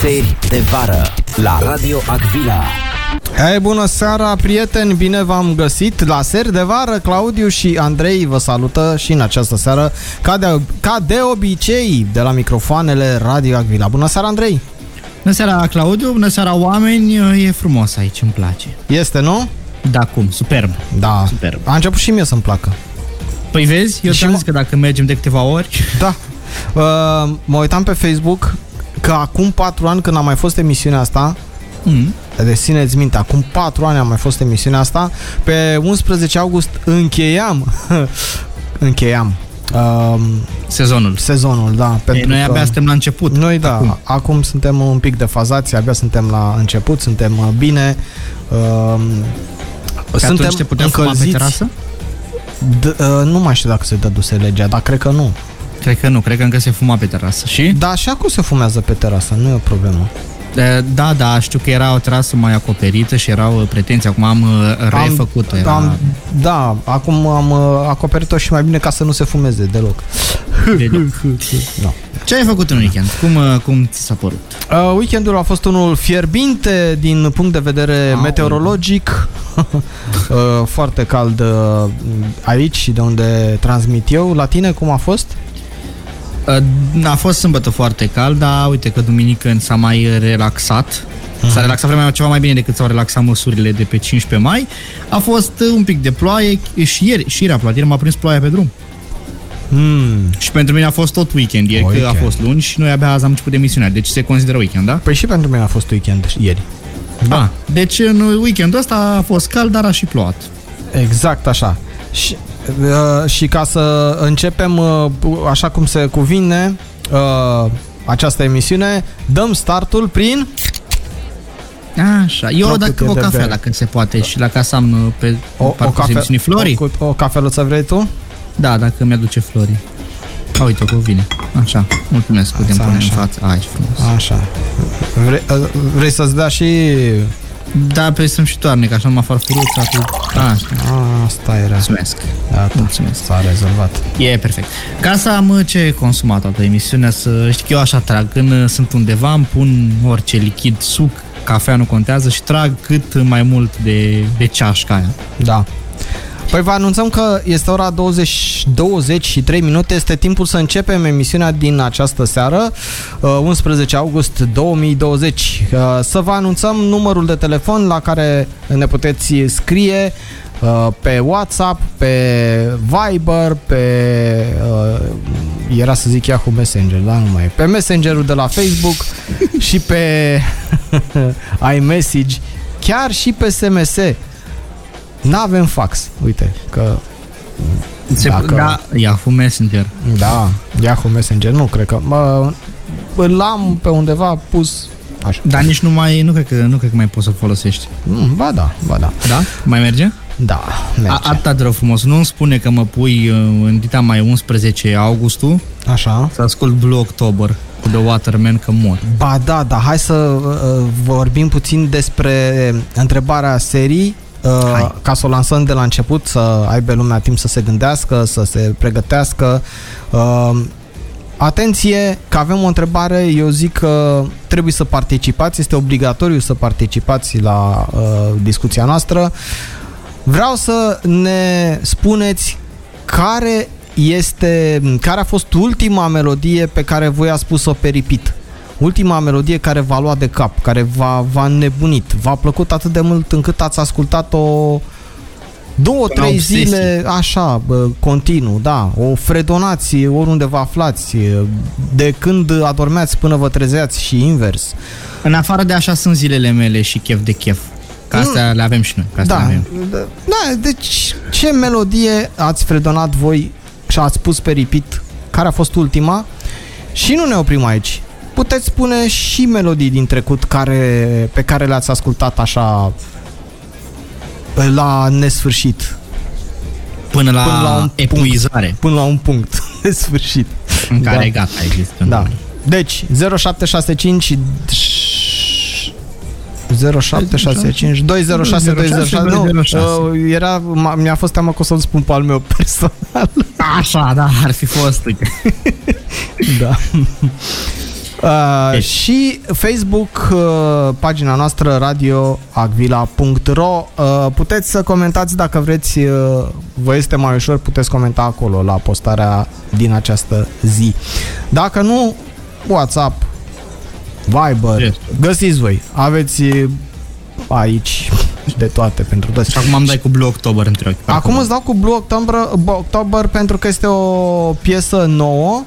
Seri de vară la Radio Agvila. Hai, bună seara, prieteni! Bine v-am găsit la seri de vară. Claudiu și Andrei vă salută și în această seară, ca de, ca de obicei, de la microfoanele Radio Agvila. Bună seara, Andrei! Bună seara, Claudiu! Bună seara, oameni! E frumos aici, îmi place. Este, nu? Da, cum? Superb! Da. Superb. A început și mie să-mi placă. Păi vezi, eu Și și am mă- zis că dacă mergem de câteva ori... Da. Uh, mă uitam pe Facebook că acum patru ani, când a mai fost emisiunea asta, Mm. Rețineți minte, acum 4 ani a mai fost emisiunea asta. Pe 11 august încheiam încheiam um, Sezonul. sezonul, da, Ei, pentru noi că abia suntem la început. noi da, acum. acum. acum suntem un pic defazați, abia suntem la început, suntem uh, bine. Um, Că atunci te putem fuma pe terasă? D- uh, nu mai știu dacă se dăduse legea, dar cred că nu. Cred că nu, cred că încă se fuma pe terasă. Și? Dar și acum se fumează pe terasă, nu e o problemă. Da, da, da știu că era o terasă mai acoperită și erau uh, pretenții. Acum am uh, refăcut-o. Era... Am, da, acum am uh, acoperit-o și mai bine ca să nu se fumeze deloc. Deloc. Da. Ce ai făcut în weekend? Cum, uh, cum ți s-a părut? Uh, Weekendul a fost unul fierbinte din punct de vedere Aoleu. meteorologic. uh, foarte cald uh, aici, de unde transmit eu. La tine cum a fost? Uh, A fost sâmbătă foarte cald, dar uite că duminică s-a mai uh, relaxat. S-a relaxat vremea ceva mai bine decât s-au relaxat măsurile de pe 15 mai. A fost uh, un pic de ploaie și ieri, și ieri a ploat, ieri m-a prins ploaia pe drum. Mm. Și pentru mine a fost tot weekend ieri, că Weekend. a fost luni și noi abia azi am început emisiunea, deci se consideră weekend, da? Păi și pentru mine a fost weekend ieri. Da. Deci în weekendul ăsta a fost cald, dar a și plouat. Exact așa. Și, uh, și ca să începem uh, așa cum se cuvine uh, această emisiune, dăm startul prin... Așa, eu Apropo dacă de o de cafea, bere. la când se poate, și la casa am uh, pe o, parcursul emisiunii Florii. o, o cafeluță vrei tu? Da, dacă mi-aduce flori. A, uite, că vine. Așa, mulțumesc, putem Asta, pune așa. în față. Ai, frumos. Așa. Vrei, uh, vrei să-ți dea și... Da, pe să-mi și toarne, că așa mă far furuța cu... Așa, Asta era. mulțumesc. Gata, Mulțumesc. s-a rezolvat. E perfect. Ca să am uh, ce consumat toată emisiunea, să știi că eu așa trag. Când uh, sunt undeva, îmi pun orice lichid, suc, cafea nu contează și trag cât mai mult de, de ceașca aia. Da. Păi vă anunțăm că este ora 20, 23 minute, este timpul să începem emisiunea din această seară, uh, 11 august 2020. Uh, Să vă anunțăm numărul de telefon la care ne puteți scrie uh, pe WhatsApp, pe Viber, pe... uh, Era să zic Yahoo Messenger, dar nu mai e. Pe Messengerul de la Facebook și pe iMessage, chiar și pe SMS. N-avem fax, uite, că... Se, Dacă- Da, Yahoo Messenger. Da, Yahoo Messenger, nu, cred că... Mă, îl am pe undeva pus... Așa. Dar nici nu mai, nu cred că, nu cred că mai poți să folosești. Mm, Ba da, ba da. Da? Mai merge? Da, merge. A, atâta de rău frumos. Nu îmi spune că mă pui uh, în dita mai 11 augustul Așa. să ascult Blue October cu The Waterman că mor. Ba da, da, hai să uh, vorbim puțin despre întrebarea serii. Uh, Hai. ca să o lansăm de la început, să aibă lumea timp să se gândească, să se pregătească. Uh, atenție că avem o întrebare, eu zic că trebuie să participați, este obligatoriu să participați la uh, discuția noastră. Vreau să ne spuneți care este, care a fost ultima melodie pe care voi ați spus-o pe repeat. Ultima melodie care v-a luat de cap, care v-a, v-a nebunit, v-a plăcut atât de mult încât ați ascultat-o două, Ca trei obsesie. zile așa, bă, continuu, da, o fredonați oriunde vă aflați, de când adormeați până vă trezeați și invers. În afară de așa sunt zilele mele și chef de chef. Ca astea le avem și noi. Ca astea Da, le avem. da, deci ce melodie ați fredonat voi și ați pus pe repeat care a fost ultima și nu ne oprim aici. Puteți spune și melodii din trecut care, pe care le-ați ascultat așa la nesfârșit, Până la, Până până la un la punct. epuizare până la un punct nesfârșit. în Da. care gata există. Da. Deci 0765 0765 206 206 nu, 206. uh, era, m-a- mi-a fost teamă că o să-l spun pe al meu personal Așa, da, ar fi fost. da. Uh, deci. Și Facebook, uh, pagina noastră radioagvila.ro uh, Puteți să comentați dacă vreți, uh, vă este mai ușor, puteți comenta acolo la postarea din această zi. Dacă nu, WhatsApp, Viber, Yes. găsiți voi. Aveți uh, aici de toate pentru toți. Și acum am dai cu Blue October între ochi. Acum îți dau cu Blue October, October pentru că este o piesă nouă.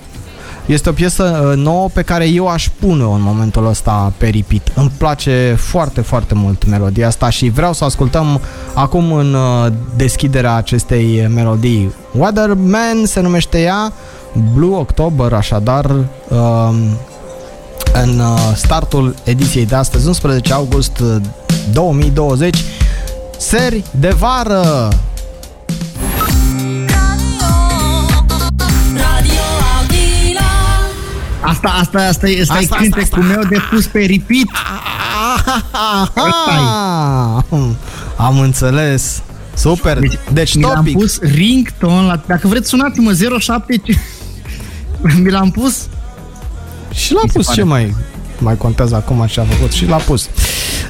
Este o piesă uh, nouă pe care eu aș pune-o în momentul ăsta pe repeat. Îmi place foarte, foarte mult melodia asta și vreau să o ascultăm acum în uh, deschiderea acestei melodii. Weatherman se numește ea, Blue October, așadar, um, în uh, startul ediției de astăzi, 11 august uh, 2020, seri de vară! Radio Aguila. Asta, asta, asta, e- asta, Asta, e asta, cântecul meu de pus pe repeat. Aha! Am înțeles. Super. Deci, deci mi l-am topic. pus ringtone la... Dacă vreți, sunați-mă 07... mi l-am pus Și l-a Mi se pus pare. ce mai mai contează acum ce a făcut și l-a pus.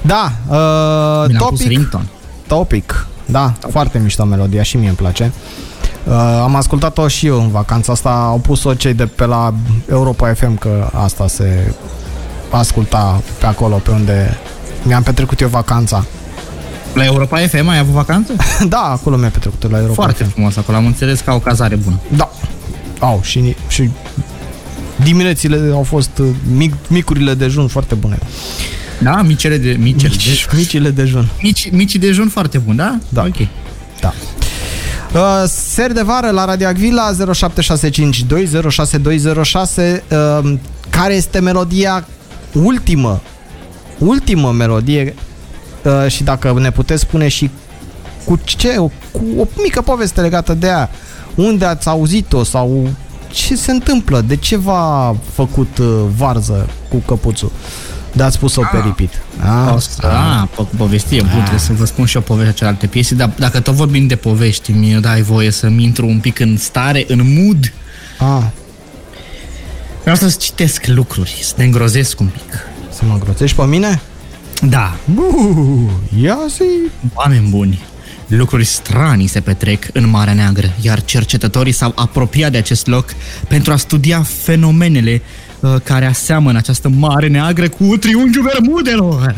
Da, uh, Mi l-am pus topic, ringtone. topic. Da, foarte mișto melodia și mie îmi place. Uh, am ascultat-o și eu în vacanța asta, au pus-o cei de pe la Europa FM că asta se asculta pe acolo, pe unde mi-am petrecut eu vacanța. La Europa FM ai avut vacanță? da, acolo mi-am petrecut la Europa Foarte FM. frumos acolo, am înțeles că au cazare bună. Da. Au și, și diminețile au fost uh, mic, micurile dejun foarte bune. Da? Micele de... Micele de... Mici, micile dejun. Mici, mici dejun foarte bun, da? Da. Ok. Da. Uh, seri de vară la Radio Agvila 0765 206206 uh, care este melodia ultimă ultimă melodie uh, și dacă ne puteți spune și cu ce, cu o mică poveste legată de ea, unde ați auzit-o sau ce se întâmplă, de ce v-a făcut uh, varză cu căpuțul, dar ați pus-o pe repeat. Ah, O să, a, po- povestie bună, trebuie să vă spun și o poveste celelalte piese, dar dacă tot vorbim de povești, mi dai voie să-mi intru un pic în stare, în mood. ah, Vreau să citesc lucruri, să ne îngrozesc un pic. să mă îngroțești pe mine? Da, Buh, ia zi! oameni buni, lucruri stranii se petrec în Marea Neagră, iar cercetătorii s-au apropiat de acest loc pentru a studia fenomenele uh, care aseamănă această Mare Neagră cu triunghiul Bermudelor.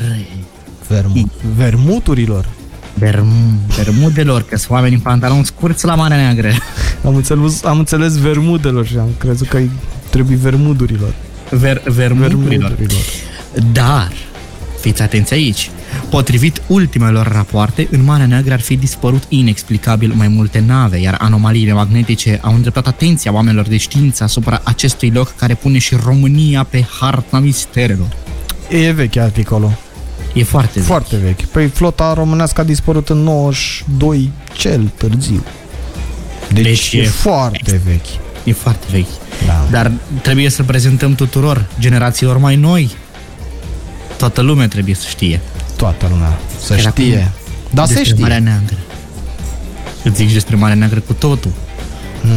Vermu- vermuturilor. Berm- Bermudelor, că sunt oameni în pantaloni scurți la Marea Neagră. Am înțeles, am înțeles vermudelor și am crezut că trebuie vermudurilor. Ver, vermurilor. Vermudurilor. Dar, fiți atenți aici, potrivit ultimelor rapoarte, în Marea Neagră ar fi dispărut inexplicabil mai multe nave, iar anomaliile magnetice au îndreptat atenția oamenilor de știință asupra acestui loc care pune și România pe harta misterelor. E vechi articolul. E foarte, foarte. Foarte vechi. Păi flota românească a dispărut în 92 cel târziu. Deci, Deci e e- foarte vechi. e foarte vechi. Da. Dar trebuie să-l prezentăm tuturor, generațiilor mai noi. Toată lumea trebuie să știe. Toată lumea să Chiar știe. Da, se despre știe. Marea Neagră. Îți zic și despre Marea Neagră cu totul.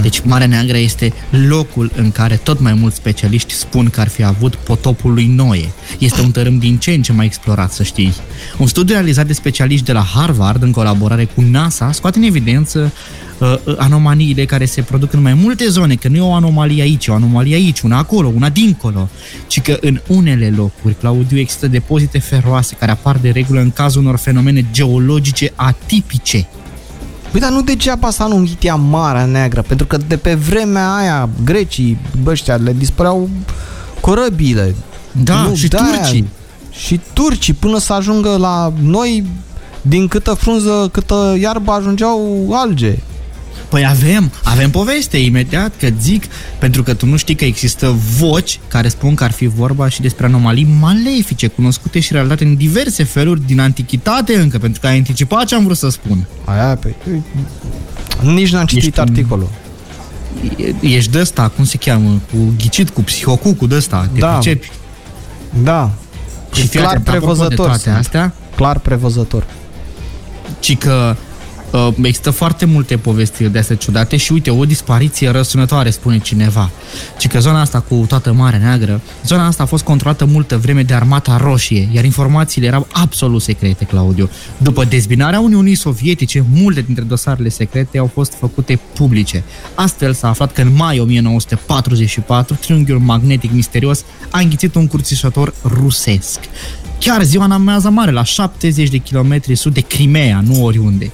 Deci Marea Neagră este locul în care tot mai mulți specialiști spun că ar fi avut potopul lui Noe. Este un tărâm din ce în ce mai explorat, să știi. Un studiu realizat de specialiști de la Harvard în colaborare cu NASA scoate în evidență uh, uh, anomaliile care se produc în mai multe zone, că nu e o anomalie aici, o anomalie aici, una acolo, una dincolo, ci că în unele locuri, Claudiu, există depozite feroase care apar de regulă în cazul unor fenomene geologice atipice. Păi dar nu degeaba s-a numit ea Marea Neagră, pentru că de pe vremea aia grecii, băștia, le dispăreau corăbile. Da, și de-aia. turcii. Și turcii, până să ajungă la noi, din câtă frunză, câtă iarbă ajungeau alge. Păi avem, avem poveste imediat, că zic, pentru că tu nu știi că există voci care spun că ar fi vorba și despre anomalii malefice, cunoscute și realizate în diverse feluri din antichitate încă, pentru că ai anticipat ce am vrut să spun. Aia, pe... Nici n-am citit Ești un- articolul. E- Ești de ăsta, cum se cheamă, cu ghicit, cu psihocu, cu de ăsta, te Da. pricepi. Da. Și clar clar prevăzător prevăzător de toate sunt. astea, Clar prevăzător. ci că Uh, există foarte multe povestiri de astea ciudate și uite, o dispariție răsunătoare, spune cineva. Ci că zona asta cu toată Marea Neagră, zona asta a fost controlată multă vreme de Armata Roșie, iar informațiile erau absolut secrete, Claudiu. După dezbinarea Uniunii Sovietice, multe dintre dosarele secrete au fost făcute publice. Astfel s-a aflat că în mai 1944, triunghiul magnetic misterios a înghițit un curțișător rusesc. Chiar ziua în amează mare, la 70 de kilometri sud de Crimea, nu oriunde.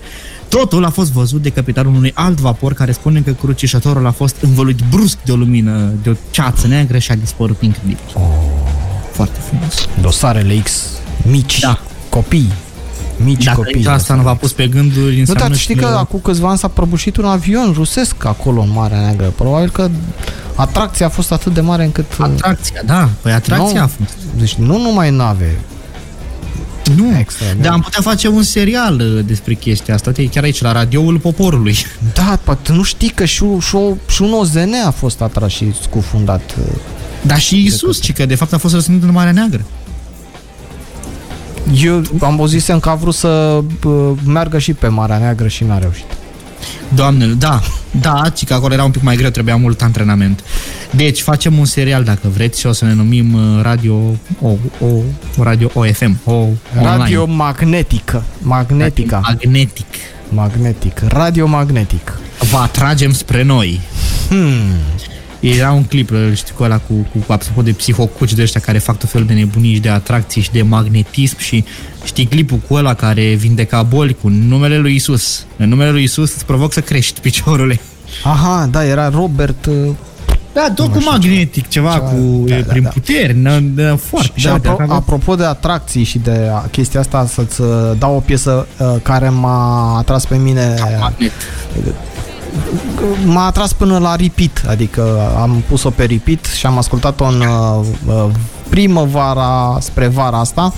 Totul a fost văzut de capitanul unui alt vapor care spune că crucișătorul a fost învăluit brusc de o lumină, de o ceață neagră și a dispărut incredibil. Oh. Foarte frumos. Dosarele X mici, Da. copii, mici Dacă copii. da, asta nu v-a pus pe gânduri, Nu, înseamnă dar știi că că acum câțiva ani s-a prăbușit un avion rusesc acolo în Marea Neagră. Probabil că atracția a fost atât de mare încât... uh, Atracția, da, păi atracția nu, a fost. Deci nu numai nave. Nu, Extraordinar. dar am putea face un serial uh, despre chestia asta, Uite, chiar aici, la radioul poporului. Da, poate nu știi că și, și, și un OZN a fost atras și scufundat. Da, Dar și Isus, ci că de fapt a fost răsunit în Marea Neagră. Eu am auzisem că a vrut să bă, meargă și pe Marea Neagră și n-a reușit. Doamnele, da, da, ci că acolo era un pic mai greu, trebuia mult antrenament. Deci facem un serial dacă vreți și o să ne numim uh, Radio O, o Radio OFM, o Radio magnetică. Magnetica. Magnetic. Magnetic. Radio magnetic. Vă atragem spre noi. Hmm. Era un clip, îl știi cu ăla cu, cu, cu apropo de psihocuci de ăștia care fac tot felul de nebunii și de atracții și de magnetism și știi clipul cu ăla care vindeca boli cu numele lui Isus. În numele lui Isus îți provoc să crești piciorule. Aha, da, era Robert uh, Da, tot cu magnetic, ceva, Ceva- cu da, da, da, prin da. da. puteri, na, na, foarte. Și da, apro- de- apropo de atracții și de a- chestia asta, să-ți uh, dau o piesă uh, care m-a atras pe mine, magnet. m-a atras până la repeat, adică am pus-o pe repeat și am ascultat-o în uh, uh, primăvara spre vara asta.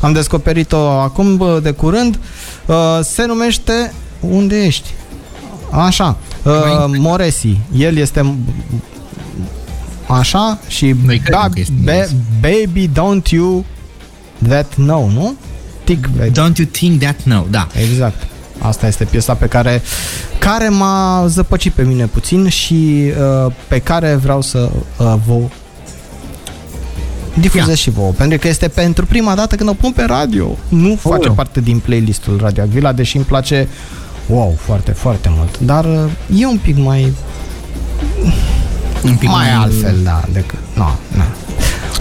Am descoperit-o acum bă, de curând. Uh, Se numește Unde ești? Așa, uh, Moresi. El este așa și Noi credem ba- că ești be- Moresi. Baby Don't You That Know, nu? Tic, Don't you think that no, da. Exact. Asta este piesa pe care, care m-a zăpăcit pe mine puțin și uh, pe care vreau să uh, vă difuzez Ia. și vouă, pentru că este pentru prima dată când o pun pe radio. Nu face parte din playlistul Radio Agvila, deși îmi place wow, foarte, foarte mult. Dar uh, e un pic mai Un pic mai altfel, da, decât. No, no.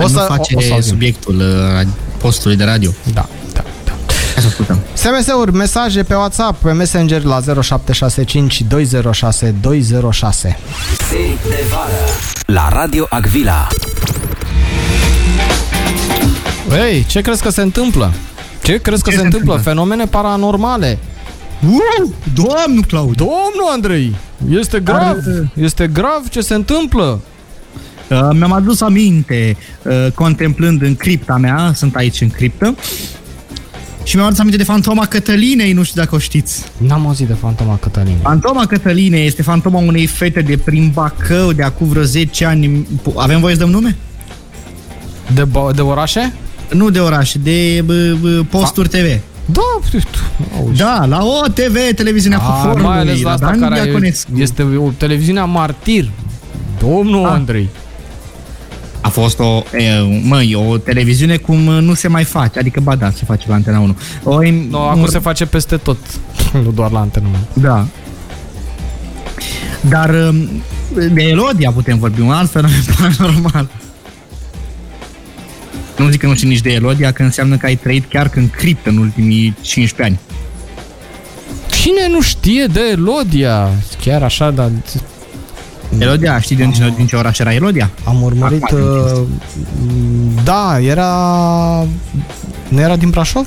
O să, face auzim. subiectul uh, postului de radio. Da, da, da. Hai să ascultăm. SMS-uri, mesaje pe WhatsApp, pe Messenger la 0765 206 206. Se de vară la Radio Agvila. Ei, ce crezi că se întâmplă? Ce crezi că Ce se, se întâmplă? întâmplă? Fenomene paranormale. Wow, doamnul Claudiu! Domnul Andrei, este grav, Arată. este grav ce se întâmplă. Uh, mi-am adus aminte uh, contemplând în cripta mea, sunt aici în criptă, și mi-am adus aminte de fantoma Cătălinei, nu știu dacă o știți. N-am auzit de fantoma Cătălin. Fantoma Cătălinei este fantoma unei fete de prin Bacău de acum vreo 10 ani. Pu- Avem voie să dăm nume? De, ba- de orașe? Nu de oraș, de uh, bă, bă, posturi TV. Da, auzi. Da, la OTV, televiziunea A, cu mai ales la asta Dan care Diaconescu. e- este o televiziunea martir. Domnul Ah. Andrei. A fost o, e, măi, o televiziune cum nu se mai face, adică ba da, se face la Antena 1. O, em- No, un- acum se face peste tot, nu doar la antenă. Da. Dar um, de Elodia putem vorbi, un alt fenomen paranormal. Nu zic că nu știi nici de Elodia, că înseamnă că ai trăit chiar când criptă în ultimii 15 ani. Cine nu știe de Elodia? Chiar așa, dar Elodia, știi din, ce- din ce oraș era Elodia? Am urmărit... Acum, uh, Da, era... Nu era din Brașov?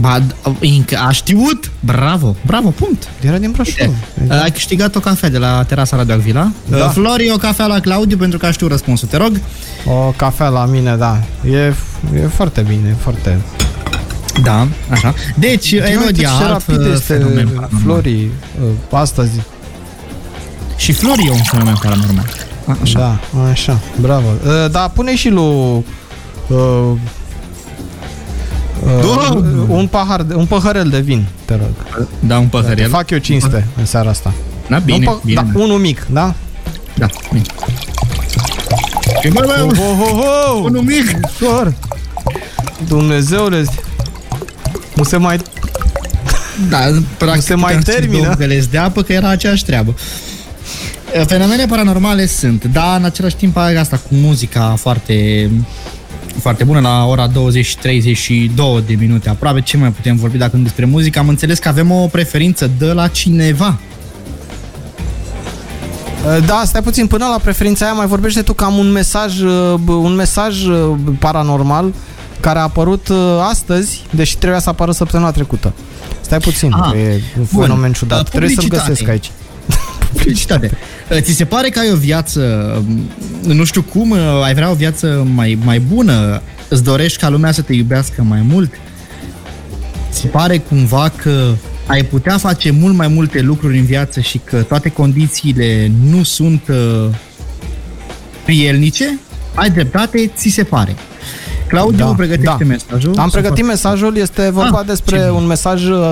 Ba, d- inc- a știut! Bravo, bravo, punct! Era din Brașov. Uite, Uh, ai câștigat o cafea de la terasa Radio Vila. exact. Da. Da. Flori, o cafea la Claudiu pentru că știu răspunsul, te rog. O cafea la mine, da. E, e foarte bine, e foarte... Da, așa. Deci, Elodia, ce alt rapid uh, este fenomen paranormal. Florii uh, astăzi. Și Flori e un fenomen paranormal. A, Așa. Așa. Da, așa, bravo. Uh, Dar pune și lui... Uh, Uh, un, pahar, de- un păhărel de vin, te rog. Da, un păhărel. Fac eu cinste în seara asta. Da, bine, un pă- bine. Da, unul mic, da? Da, bine. E mai mai un, Oh, oh, oh! unul mic. Ușor! Dumnezeule! Nu se mai... Da, practic se mai puteam să termină. dau găleți de apă, că era aceeași treabă. Fenomene paranormale sunt, dar în același timp ai asta cu muzica foarte foarte bună, la ora 20-32 de minute aproape, ce mai putem vorbi dacă nu despre muzică? Am înțeles că avem o preferință de la cineva. Uh, Da, stai puțin, până la preferința aia mai vorbește tu că am un mesaj, uh, b- un mesaj uh, paranormal care a apărut uh, astăzi, deși trebuia să apară săptămâna trecută. Stai puțin, Ah, că e un bun. fenomen Uh, ciudat. Trebuie să-l publicitate. găsesc aici. Felicitate. Uh, Ți se pare că ai o viață, um, nu știu cum, uh, ai vrea o viață mai, mai bună? Îți dorești ca lumea să te iubească mai mult? Ți pare cumva că ai putea face mult mai multe lucruri în viață și că toate condițiile nu sunt uh, prielnice? Ai dreptate, ți se pare. Claudiu, da, pregătește da. mesajul. Am pregătit mesajul, este vorba Ah, ah, ce despre bine. un mesaj uh,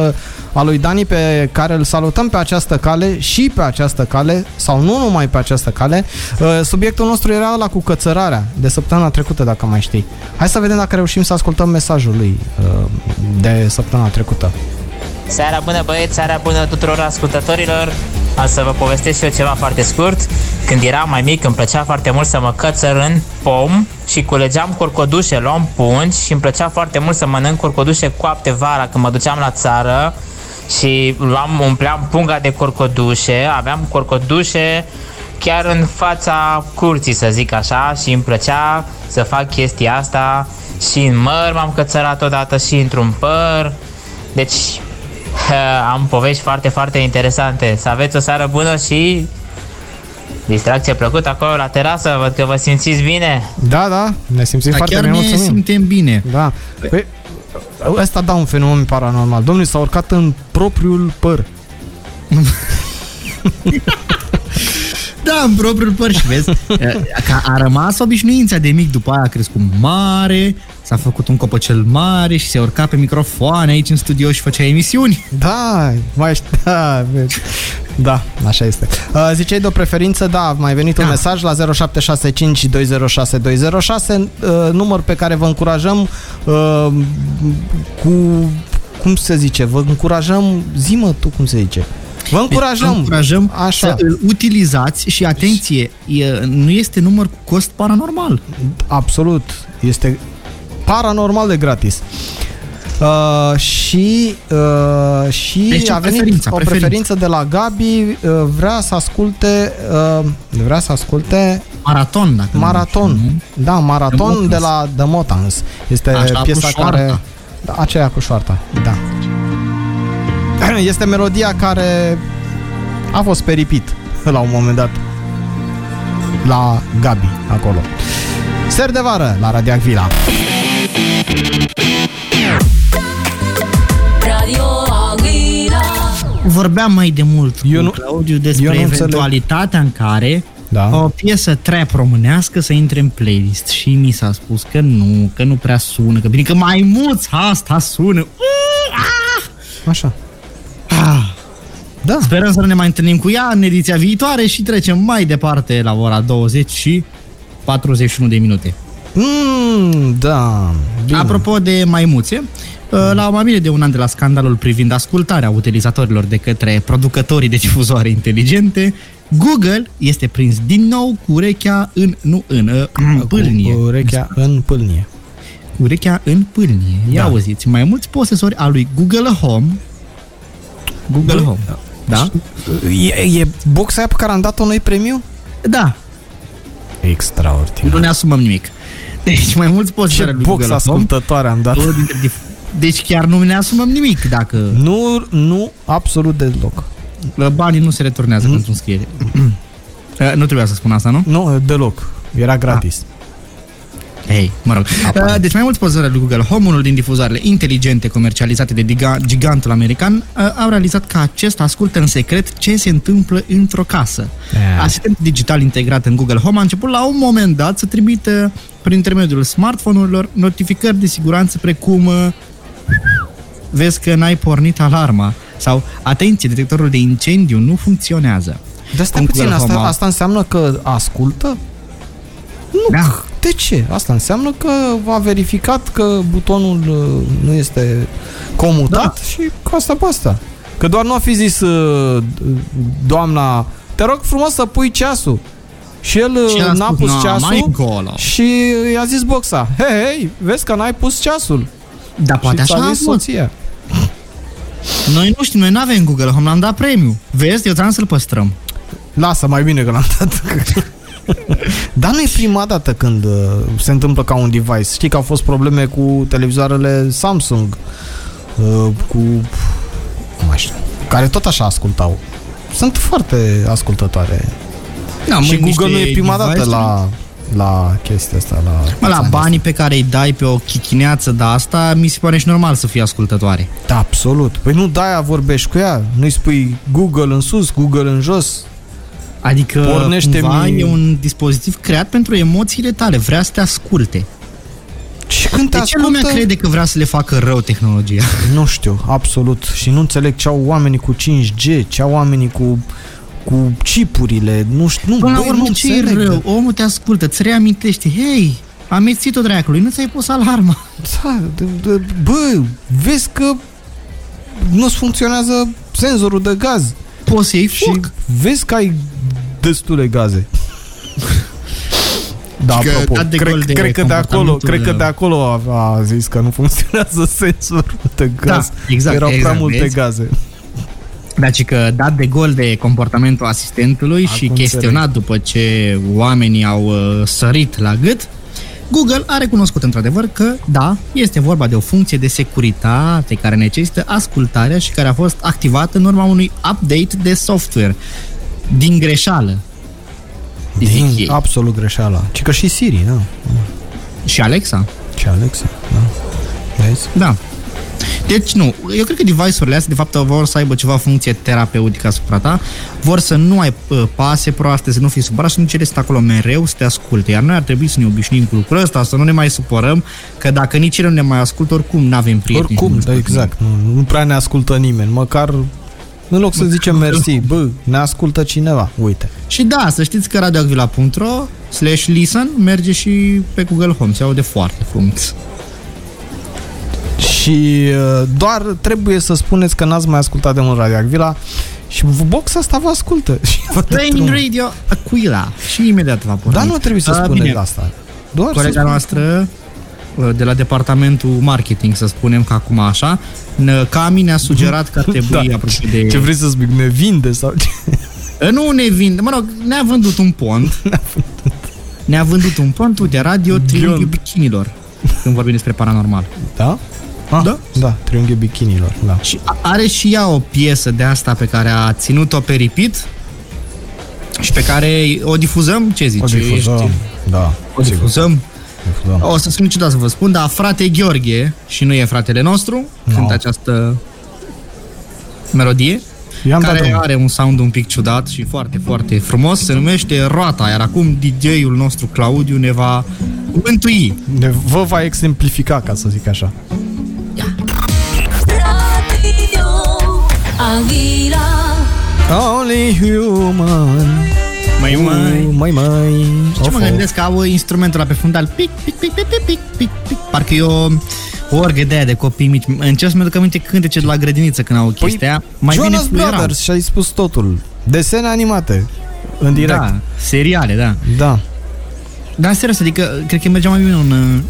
al lui Dani pe care îl salutăm pe această cale și pe această cale, sau nu numai pe această cale. Uh, Subiectul nostru era la cu cățărarea de săptămâna trecută, dacă mai știi. Hai să vedem dacă reușim să ascultăm mesajul lui uh, de săptămâna trecută. Seara bună băieți, seara bună tuturor ascultătorilor Am să vă povestesc eu ceva foarte scurt Când eram mai mic îmi plăcea foarte mult să mă cățăr în pom Și culegeam corcodușe, luam pungi Și îmi plăcea foarte mult să mănânc corcodușe coapte vara când mă duceam la țară Și luam, umpleam punga de corcodușe Aveam corcodușe chiar în fața curții, să zic așa, și îmi plăcea să fac chestia asta și în măr m-am cățărat odată și într-un păr. Deci am povești foarte, foarte interesante. Să aveți o seară bună și distracție plăcută acolo la terasă. Văd că vă simțiți bine. Da, da, ne simțim da, Da, foarte chiar bine, ne mulțumim. simtem bine. Da. Păi, ăsta da un fenomen paranormal. Domnul s-a urcat în propriul păr. Da, în propriul păr și vezi că a rămas obișnuința de mic, după aia a crescut mare, s-a făcut un copăcel mare și se urca pe microfoane aici în studio și făcea emisiuni. Da, mai știu, da, vezi. da, așa este. Uh, ziceai de o preferință, da, a mai venit da. un Da. mesaj la 0765 206 206, uh, număr pe care vă încurajăm uh, cu, cum se zice, vă încurajăm, zi mă tu cum se zice, vă încurajăm, încurajăm așa. să îl utilizați și atenție, e, nu este număr cu cost paranormal. absolut, este paranormal de gratis. Uh, și uh, și Deci o a venit preferință, o preferință. preferință de la Gabi, uh, vrea să asculte uh, vrea să asculte Maraton, dacă nu Maraton. știu, nu? Da, The Maraton Motans. de la The Motans. Este Așa, cu piesa șoarta. care da, aceea cu șoarta. Da. Este melodia care a fost peripit la un moment dat la Gabi acolo. Ser de vară la Radio Vila. Radio Aguila, Vorbeam mai de mult eu cu Eu nu, nu- Claudiu eu despre nu înțeleg. eventualitatea în care Da. o piesă trap românească să intre în playlist și mi s-a spus că nu, că nu prea sună, că bine că mai mulți asta sună. Uu, Așa. ah! Ah! Da. Sperăm să nu ne mai întâlnim cu ea în ediția viitoare și trecem mai departe la ora 20 și 41 de minute. Mm, da. Bine. Mm. Apropo de maimuțe, uh, la mai bine de un an de la scandalul privind ascultarea utilizatorilor de către producătorii de difuzoare inteligente, Google este prins din nou cu urechea în, nu în, uh, în pâlnie. Cu urechea în pâlnie. urechea în pâlnie. Ia da. Da. auziți, mai mulți posesori al lui Google Home. Google Bă, Home. Da? E, e boxa aia pe care am dat-o noi premiu? Da, Extraordinar. nu ne asumăm nimic. Deci mai mulți posesori Ce al lui box Google Home. ascultătoare am dat. Două dintre dif- Deci chiar nu ne asumăm nimic dacă Nu, nu, absolut deloc. banii nu se returnează mm. pentru înscriere. Eh, nu trebuia să spun asta, nu? Nu, deloc. Era gratis. Da. Ei, mă rog. Uh, Deci mai mulți pozări lui Google Home, unul din difuzoarele inteligente comercializate de diga- gigantul american, uh, au realizat că acesta ascultă în secret ce se întâmplă într-o casă. Ah. Asistentul digital integrat în Google Home a început la un moment dat să trimită prin intermediul smartphone-urilor notificări de siguranță precum uh, vezi că n-ai pornit alarma. Sau, atenție, detectorul de incendiu nu funcționează. Dar stai Cum cu puțin, asta, glaucoma. asta înseamnă că ascultă? Nu, Da. de ce? Asta înseamnă că a verificat că butonul uh, nu este comutat da. și cu asta pe asta. Că doar nu a fi zis uh, doamna, te rog frumos să pui ceasul. Și el uh, Și el a n-a spus, pus "Na, mai ceasul golo." și i-a zis boxa, hei, hei, vezi că n-ai pus ceasul. Dar poate și ți-a așa zis mă, soția. Noi nu știm, noi nu avem Google Home, l-am dat premiu. Vezi, eu ți-am să-l păstrăm. Lasă, mai bine că l-am dat. Dar nu e prima dată când uh, se întâmplă ca un device. Știi că au fost probleme cu televizoarele Samsung, uh, cu... cum mai știu, care tot așa ascultau. Sunt foarte ascultătoare. Da, și mă, Google nu e niște prima dată device-uri. la, la chestia asta. La, Mă, la banii pe care îi dai pe o chichineață de asta, mi se pare și normal să fii ascultătoare. Da, absolut. Păi nu de-aia vorbești cu ea. Nu-i spui Google în sus, Google în jos. Adică Pornește cumva mi- e un dispozitiv creat pentru emoțiile tale, vrea să te asculte. Și când te De ce lumea ascultă... crede că vrea să le facă rău tehnologia? Nu știu, absolut. Și nu înțeleg ce au oamenii cu 5G, ce au oamenii cu cu cipurile, nu știu, nu, Până la băi, nu urmă, ce e înțeleg. rău? Omul te ascultă, îți reamintește, hei, am mețit-o dracului, nu ți-ai pus alarma. Da, de, de, bă, vezi că nu-ți funcționează senzorul de gaz Poți să iei și foc. vezi că ai destule gaze. Da, Că apropo, dat de cred, gol de cred, că de acolo, comportamentul- cred că de acolo a, a zis că nu funcționează senzorul de Da, gaz. exact, Erau exact, prea multe vezi? gaze. Deci că dat de gol de comportamentul asistentului Acum și înțeleg. chestionat după ce oamenii au uh, sărit la gât, Google a recunoscut într-adevăr că, da, este vorba de o funcție de securitate care necesită ascultarea și care a fost activată în urma unui update de software. Din greșeală. Din, Din ei. absolut greșeala. Ci că și Siri, da. Și Alexa? Și Alexa, da. Vezi? Da. Deci nu, eu cred că device-urile astea de fapt vor să aibă ceva funcție terapeutică asupra ta, vor să nu ai uh, pase proaste, să nu fii supărat, să nu ceri să stai acolo mereu, să te asculte. Iar noi ar trebui să ne obișnuim cu lucrul ăsta, să nu ne mai supărăm, că dacă nici ele nu ne mai ascultă, oricum nu avem prieteni. și nu Oricum, ne da, ascultă exact. Nu, nu prea ne ascultă nimeni. Măcar, în loc să zicem mersi, bă, ne ascultă cineva. Uite. Și da, să știți că radioacvila.ro slash listen merge și pe Google Home, se aude foarte frumos. Și uh, doar trebuie să spuneți că n-ați mai ascultat de mult Radio Agvila și box asta vă ascultă. Și vă dă Training drumul. Radio Aquila și imediat va porni. Dar Da, nu trebuie să Ah, bine. da, spuneți asta. Doar să Colega spuneți. noastră uh, de la departamentul marketing, să spunem că acum așa, n- Cami ne-a sugerat că ar trebui da. Da. apropo de... Ă, Ce vrei să spui? Ne vinde sau ce? Nu ne vind, mă rog, ne-a vândut un pont. ne-a vândut un pont de radio Triunghiul Bichinilor, când vorbim despre paranormal. Da? Ah, Da. Da, triunghiul bikiniilor, da. Și a- are și ea o piesă de asta pe care a ținut-o pe repeat și pe care o difuzăm, ce zici? O difuzăm, Ești- da. O sigur, difuzăm? difuzăm. O să spun ciudat să vă spun, dar frate Gheorghe, și nu e fratele nostru, no. No. cântă această melodie, I-am dat care drumul. are un sound un pic ciudat și foarte, foarte frumos, se numește Roata, iar acum DJ-ul nostru Claudiu ne va mântui. Ne- Vă va exemplifica, ca să zic așa. Radio Aguila. Only human Mai, Uh, mai. Mai, mai Ce mă gândesc că au instrumentul la pe fundal, pic, pic, pic, pic, pic, pic, pic, pic. parcă e o, o orgă de aia de copii mici. Încerc să-mi aduc aminte cântece de la grădiniță când au chestia. mai Păi, Jonas bine fluierau. Brothers și-ai spus totul Desene animate În direct Da, seriale, da. da. Dar serios, adică cred că mergea mai bine un... uh,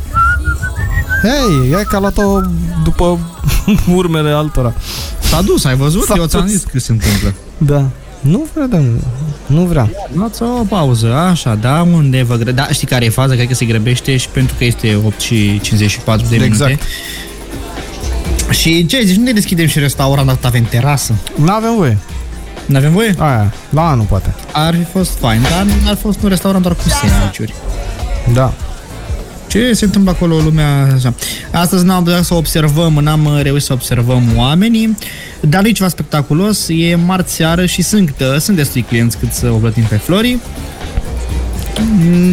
Hei, ai că a luat-o după urmele altora S-a dus, ai văzut? S-a Eu ți-am dus. zis că se întâmplă. Da Nu vreau, domnule, nu vreau Luați o pauză, așa, da, unde vă gră... Da, știi care e faza? Cred că se grăbește și pentru că este 8 și 54 de minute. Exact. Și ce zici, nu ne deschidem și restaurant dacă avem terasă? N-avem voie Nu avem voie? Aia, la anul poate Ar fi fost fain, dar ar fi fost un restaurant doar cu sandwich Da Ce se întâmplă acolo lumea așa. Astăzi n-am putut să observăm, n-am uh, reușit să observăm oamenii, dar nu e ceva spectaculos, e marți seară și sunt, uh, sunt destui clienți cât să o plătim pe Flori.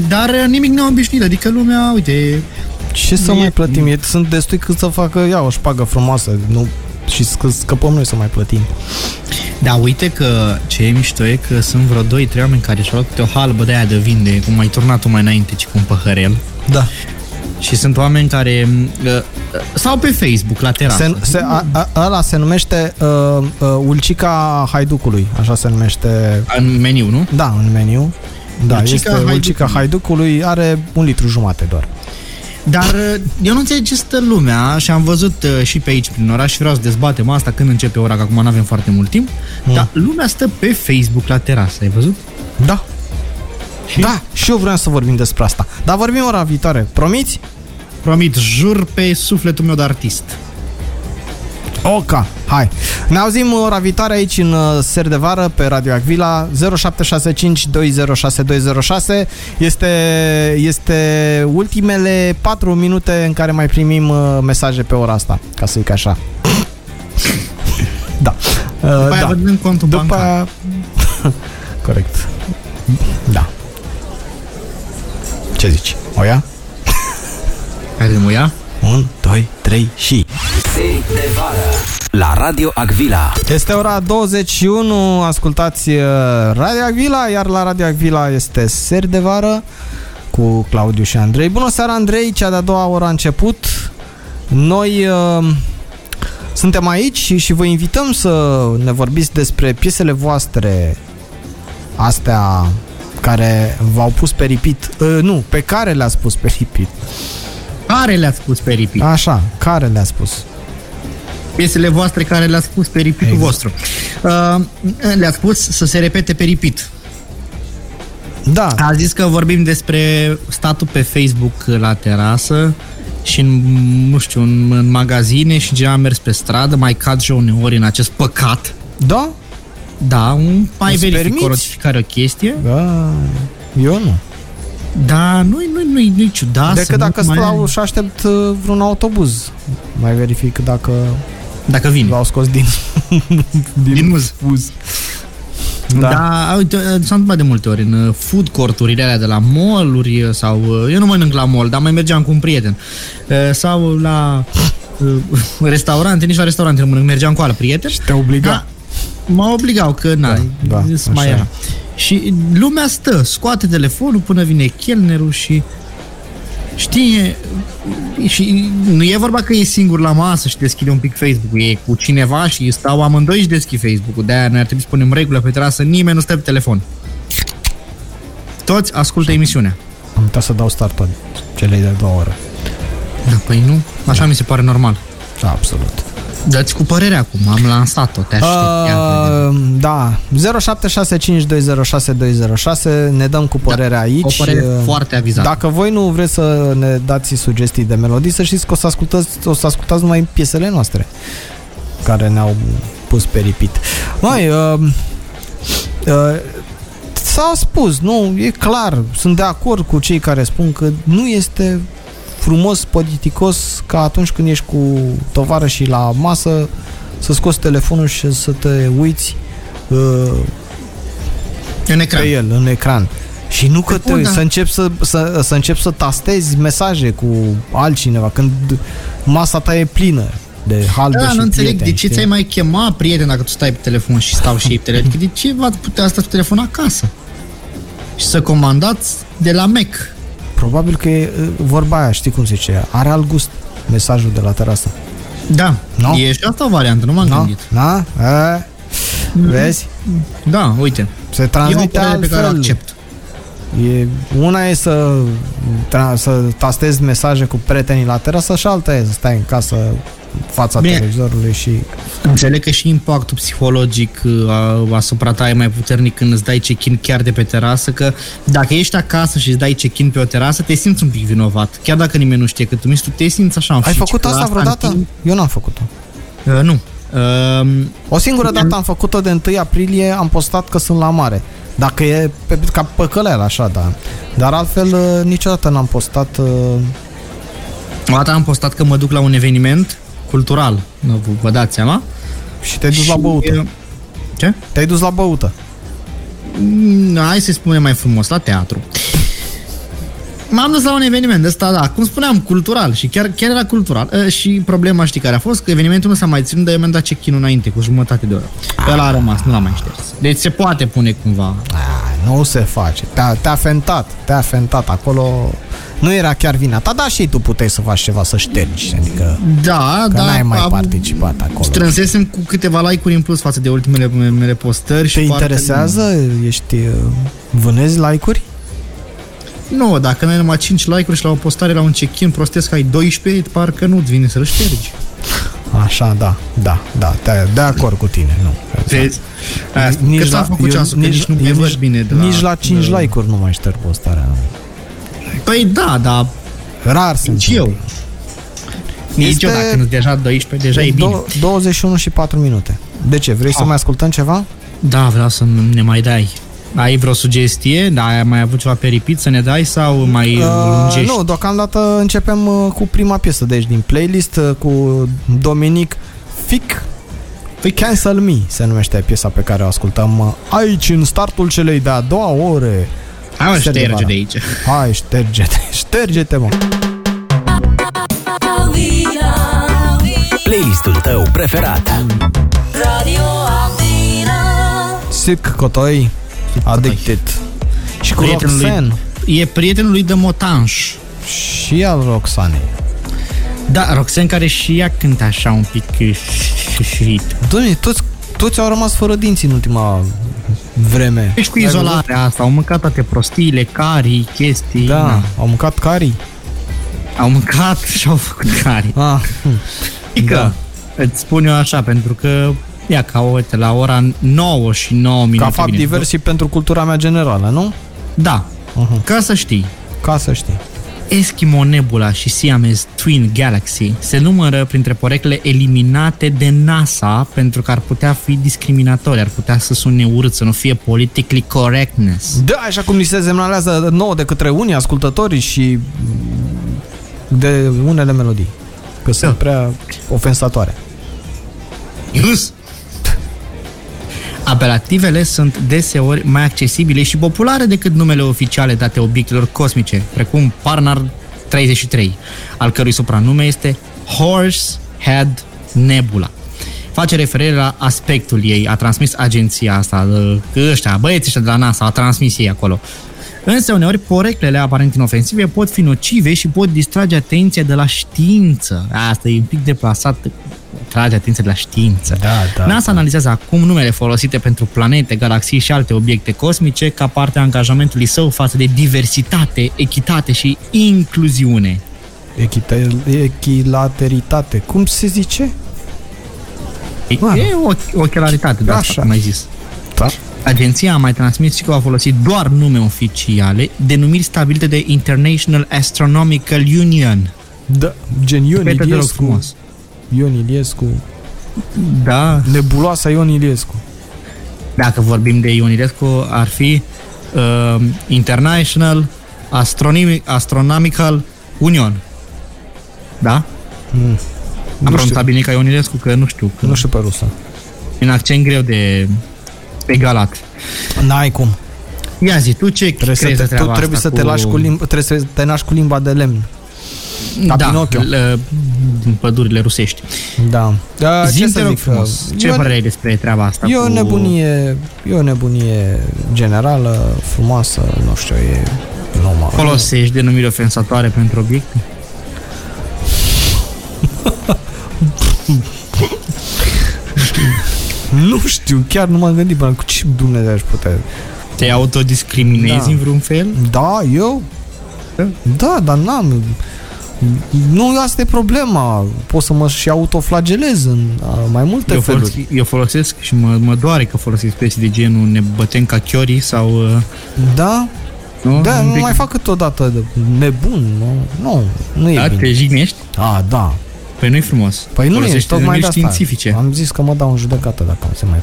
Dar uh, nimic neobișnuit, adică lumea, uite, Ce să E- mai plătim? E, sunt destui cât să facă ea o șpagă frumoasă nu, și scă, scăpăm noi să mai plătim. Da, uite că ce e mișto e că sunt vreo 2-3 oameni care și-au luat câte o halbă de aia de vin de cum ai turnat-o mai înainte, ci cu un păhărel. Da. Și sunt oameni care... Uh, uh, sau pe Facebook, la terasă. Se, se, a, a, ăla se numește uh, uh, Ulcica Haiducului, așa se numește, În meniu, nu? da, în meniu. Da, Ulcica Ulcica este Haiducului. Haiducului. Ulcica Haiducului, are un litru jumate doar. Dar uh, eu nu înțeleg ce stă lumea și am văzut uh, și pe aici prin oraș și vreau să dezbatem asta când începe ora, că acum nu avem foarte mult timp. Mm. Dar lumea stă pe Facebook la terasă, ai văzut? Da. Și? Da, și eu vreau să vorbim despre asta. Dar vorbim ora viitoare. Promiți? Promit, jur pe sufletul meu de artist. Oca, hai. Ne auzim ora viitoare aici în uh, Ser de Vară pe Radio Acvila 0765 206 206. Este, este ultimele 4 minute în care mai primim uh, mesaje pe ora asta, ca să zic așa. da. Uh, După aia vedem contul După bancar. aia... Corect. Da. Ce zici? O ia? Haide, mă ia. 1, 2, 3 și... Se de vară la Radio Acvila. Este ora 21, ascultați uh, Radio Agvila, iar la Radio Agvila este seri de vară cu Claudiu și Andrei. Bună seara, Andrei, cea de-a doua oră a început. Noi uh, suntem aici și, și vă invităm să ne vorbiți despre piesele voastre astea care v-au pus pe repeat, uh, nu, pe care le-ați pus pe repeat. Care le-ați pus pe repeat? Așa, care le-ați pus. piesele voastre care le-ați pus pe repeat exact. vostru. Uh, le-ați pus să se repete pe repeat. Da, A zis că vorbim despre statul pe Facebook la terasă și în, nu știu, în, în magazine și gen am mers pe stradă, mai cad și eu uneori în acest păcat. da? Da, un, mai Îți verific o permiți? notificare, o chestie, Da, eu nu. dar nu-i, nu-i, nu-i, nu-i ciudat. să Decât nu dacă mai- stau și aștept uh, vreun autobuz. Mai verific dacă Dacă vin. l-au scos din... Mm. Din muz. Da. da, uite, s-a întâmplat de multe ori în uh, food court-urile alea de la mall-uri uh, sau... uh, Eu nu mănânc la mall, dar mai mergeam cu un prieten. Uh, Sau la uh, restaurante, nici la restaurante nu mănânc, mergeam cu alt prieten. Te obliga. Da, mă obligau că na, da, da, mai așa era. Și lumea stă, scoate telefonul până vine chelnerul și știe și nu e vorba că e singur la masă și deschide un pic Facebook-ul, e cu cineva și stau amândoi și deschid Facebook-ul, de-aia noi ar trebui să punem regulă pe terasă, nimeni nu stă pe telefon. Toți ascultă emisiunea. Am uitat să dau start tot celei de două ore. Da, păi nu, așa mi se pare normal. Da, absolut. Dați cu părerea acum, am lansat-o, te aștept. Uh, Uh, da, 0765206206 ne dăm cu părerea Da, aici. o părere Uh, foarte avizată. Dacă voi nu vreți să ne dați sugestii de melodii, să știți că o să ascultați, o să ascultați numai piesele noastre care ne-au pus pe repeat. Mai, uh, uh, s-a spus, nu, e clar, sunt de acord cu cei care spun că nu este frumos, politicos, ca atunci când ești cu tovarășii la masă, să scoți telefonul și să te uiți uh, în pe ecran. el, în ecran. Și nu că Da. Păi, te, bun, uiți, da. să, încep să, să, să încep să tastezi mesaje cu altcineva, când masa ta e plină de halbe Da, și nu înțeleg, prieteni, de ce știi? ți-ai mai chema prieten dacă tu stai pe telefon și stau și ei pe telefon? Adică De ce v-ați putea sta pe telefon acasă? Și să comandați de la Mac. Probabil că e uh, vorba aia, știi cum se zice, are alt gust mesajul de la terasă. Da, No. e și asta o variantă, nu m-am Na? gândit. Na? A? Da? Vezi? Da, uite, Se Mhm. e o transmite părere pe care o altfel. accept. E, una e să, tra- să tastezi mesaje cu prietenii la terasă și alta e să stai în casă în fața Bine. televizorului și Înțeleg că și impactul psihologic uh, a- asupra ta e mai puternic când îți dai check-in chiar de pe terasă, că dacă ești acasă și îți dai check-in pe o terasă, te simți un pic vinovat. Chiar dacă nimeni nu știe că tu miști, tu te simți așa. Ai și făcut că asta în vreodată? timp- Eu n-am făcut-o. Uh, nu. Uh, O singură dată am făcut-o de 1 aprilie, am postat că sunt la mare. Dacă e pe, ca păcălel, așa, da. Dar altfel, uh, niciodată n-am postat... uh, O dată am postat că mă duc la un eveniment cultural, nu vă, vă dați seama. Și te-ai dus la Și, băută. uh, Ce? Te-ai dus la băută. Mm, Hai să spunem mai frumos, la teatru. M-am dus la un eveniment de ăsta, da, cum spuneam, cultural și chiar, chiar era cultural. E, și problema știi care a fost? Că evenimentul nu s-a mai ținut, dar mi-am dat check înainte cu jumătate de oră. Ăla a rămas, nu l-am mai șters. Deci se poate pune cumva. Ah, nu se face. Te-a, te-a fentat, te-a fentat acolo. Nu era chiar vina ta, dar și tu puteai să faci ceva, să ștergi. Adică Da, că da. n-ai mai am- participat acolo. Strânsesem cu câteva like-uri în plus față de ultimele me- mele postări. Te și foarte- interesează? Ești uh, vânezi like-uri? Nu, dacă n-ai numai 5 like-uri și la o postare la un check-in prostesc ai 12, parcă nu-ți vine să-l ștergi. Așa, da, da, da, te- de acord cu tine, nu. Vezi? Aia, Nici cât la- am făcut eu ceasul, nici, că nici nu eu mai văd bine de la... Nici la 5 like-uri nu mai șterg postarea. nu. Păi da, dar Rar sunt. nici eu. Nici eu, dacă nu deja 12, deja e bine. 21 Deci, și 4 minute. De ce? Vrei să Ah. mai ascultăm ceva? Da, vreau să ne mai dai. Ai vreo sugestie? Da, ai mai avut ceva peripit să ne dai sau mai Uh, lungești? nu, deocamdată începem uh, cu prima piesă de aici din playlist uh, cu Dominic Fic. Cancel Me se numește piesa pe care o ascultăm uh, aici în startul celei de-a doua ore. Hai mă, Șterge șterge vara. de aici. Hai, șterge-te, șterge-te, mă. Avila, Playlistul tău preferat. Radio Avila, Silk Cotoi, Addicted. Și cu Prietenul lui- Roxanne. E prietenul lui de Motanș. Și al Roxanei. Da, Roxanne care și ea cântă așa un pic eh, șușuit. Doamne, toți, toți au rămas fără dinți în ultima vreme. Ești cu Ai văzut? izolarea asta, au mâncat toate prostiile, carii, chestii. Da, na. au mâncat carii. Au mâncat și au făcut carii. Ah, hm. Adică, da. îți spun eu așa, pentru că ia ca uite, la ora 9 și 9 minute. ca fapt bine, divers și pentru cultura mea generală, nu? Da, Uh-huh. ca să știi, Ca să știi. Eskimo Nebula și Siamese Twin Galaxy se numără printre poreclele eliminate de NASA pentru că ar putea fi discriminatori, ar putea să sune urât, să nu fie politically correctness. Da, așa cum ni se semnalează nouă de către unii ascultătorii și de unele melodii. Da. Că sunt prea ofensatoare. Yes. Apelativele sunt deseori mai accesibile și populare decât numele oficiale date obiectelor cosmice, precum Parnar 33, al cărui supranume este Horse Head Nebula. Face referire la aspectul ei, a transmis agenția asta, uh, că ăștia, băieții ăștia de la NASA, a transmis ei acolo. Însă uneori poreclele aparent inofensive pot fi nocive și pot distrage atenția de la știință. Asta e un pic deplasat, trage atenția de la știință. Da, da, NASA analizează acum numele folosite pentru planete, galaxii și alte obiecte cosmice ca parte a angajamentului său față de diversitate, echitate și incluziune. Echite- Echilateritate. Cum se zice? E, Ah. e o, o chelaritate de Așa. asta, cum ai zis. Da. Agenția a mai transmis și că va folosi doar nume oficiale, denumiri stabilite de International Astronomical Union. Da, gen Ion Repete, te rog Iliescu. frumos. Ion Iliescu. Da. Nebuloasa Ion Iliescu. Dacă vorbim de Ionilescu, ar fi uh, International Astronomi- Astronomical Union. Da? Mm. Am Nu știu, pronunțat bine ca Ionilescu, că nu știu. Că nu știu pe rusă. E un accent greu de egalat. N-ai cum. Ia zi, tu ce Trebuie crezi să de te, tu treaba trebuie asta să te lași cu limba, trebuie să te naști cu limba de lemn. ca Pinocchio. Da, l- din pădurile rusești. Da. da Zi, te rog că frumos, ce e, părere o, ai despre treaba asta? e o cu- uh, nebunie, e o nebunie generală, frumoasă, nu știu, e nu mă. Folosești denumiri ofensatoare pentru obiecte? Nu știu, chiar nu m-am gândit, bă, cu ce Dumnezeu aș putea. Te autodiscriminezi Da. în vreun fel? Da, eu? Da. Da, dar n-am nu, asta e problema. Pot să mă și autoflagelez în a, mai multe Eu feluri. folosesc, eu folosesc și mă, mă doare că folosesc expresii de genul ne bătem ca chiorii sau... uh, Da? Nu? Da, Un nu pic- mai fac câteodată de nebun. Nu, nu, nu e Da, bine. te jignești? A, da. Păi nu-i frumos. Păi nu e, Folosești tocmai denumiri de asta. științifice. Am zis că mă dau în judecată dacă se mai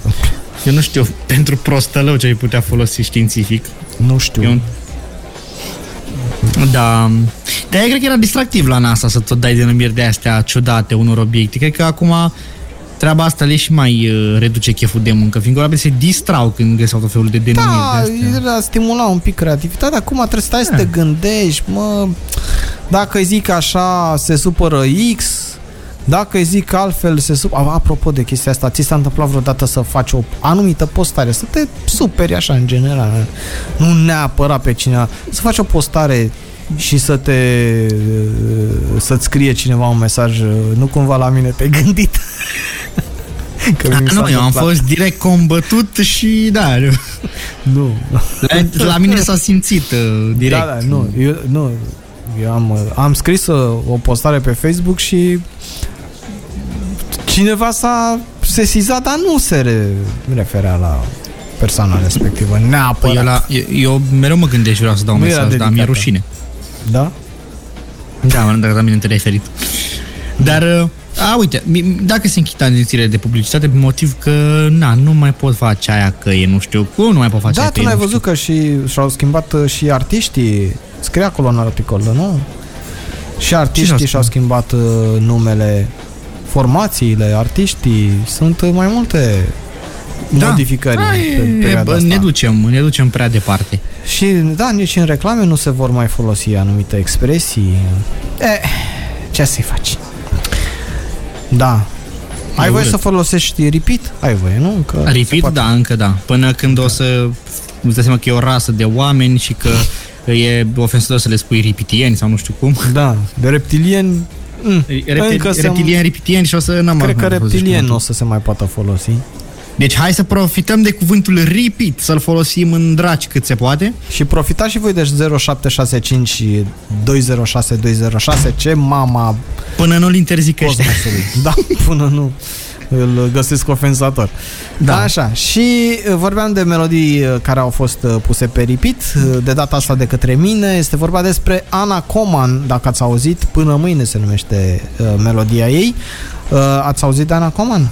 Eu nu știu pentru prostălău ce ai putea folosi științific. Nu știu. E un... Da. Dar eu cred că era distractiv la NASA să tot dai denumiri de astea ciudate unor obiecte. Cred că acum treaba asta le și mai uh, reduce cheful de muncă, fiindcă oamenii se distrau când găseau tot felul de denumiri Da, de astea. Da. era stimula un pic creativitatea. Acum trebuie să stai să te gândești, mă, dacă îi zic așa, se supără X, dacă îi zic altfel, se supără... Apropo de chestia asta, ți s-a întâmplat vreodată să faci o anumită postare, să te superi așa în general, nu neapărat pe cineva, să faci o postare și să te să-ți scrie cineva un mesaj nu cumva la mine te-ai gândit Că mi Da, s-a nu, eu am întâmplat. fost direct combătut și da, eu- nu. la, la mine s-a simțit uh, direct. Da, da, nu, eu, nu, eu am, uh, am scris uh, o postare pe Facebook și cineva s-a sesizat, dar nu se re- referea la persoana respectivă, Păi neapărat. eu, la, eu, eu mereu mă gândesc și vreau să dau un da. Nu era mesaj, dar mi-e dedicată. rușine. Da? Da, mă, dacă la mine te referit. Dar, uh, a, uite, mi- dacă se închid agențiile de publicitate, pe motiv că, na, nu mai pot face aia că e nu știu cum, nu mai pot face Da, aia tu că e n-ai nu știu văzut că și, și-au schimbat uh, și artiștii, scrie acolo în articol, da, nu? Și Ce artiștii și-au și-au schimbat uh, numele, formațiile, artiștii, sunt uh, mai multe Da. modificări Da, în pe- e, perioada bă, asta. ne ducem, ne ducem prea departe. Și da, nici în reclame nu se vor mai folosi anumite expresii. E, ce să-i faci? Da. Ai E voie urât. să folosești repeat? Ai voie, nu? Că se Repeat, poate. da, încă da. Până când o să îți dai seama că e o rasă de oameni și că e ofensor să le spui ripitieni sau nu știu cum. Da, de reptilien... Mm. Încă Reptil, se- reptilieni, ripitieni și o să n-am Cred că n-am fost zici reptilien cum. nu o să se mai poată folosi. Deci hai să profităm de cuvântul repeat, să-l folosim în draci cât se poate. Și profitați și voi deci, de 0765 și 206 206 ce mama Până nu-l interzicește. cosmosului. Da, până nu îl găsesc ofensator. Da. Așa, și uh, vorbeam de melodii uh, care au fost uh, puse pe repeat, uh, de data asta de către mine. Este vorba despre Ana Coman, dacă ați auzit, până mâine se numește uh, melodia ei. Uh, Ați auzit de Ana Coman?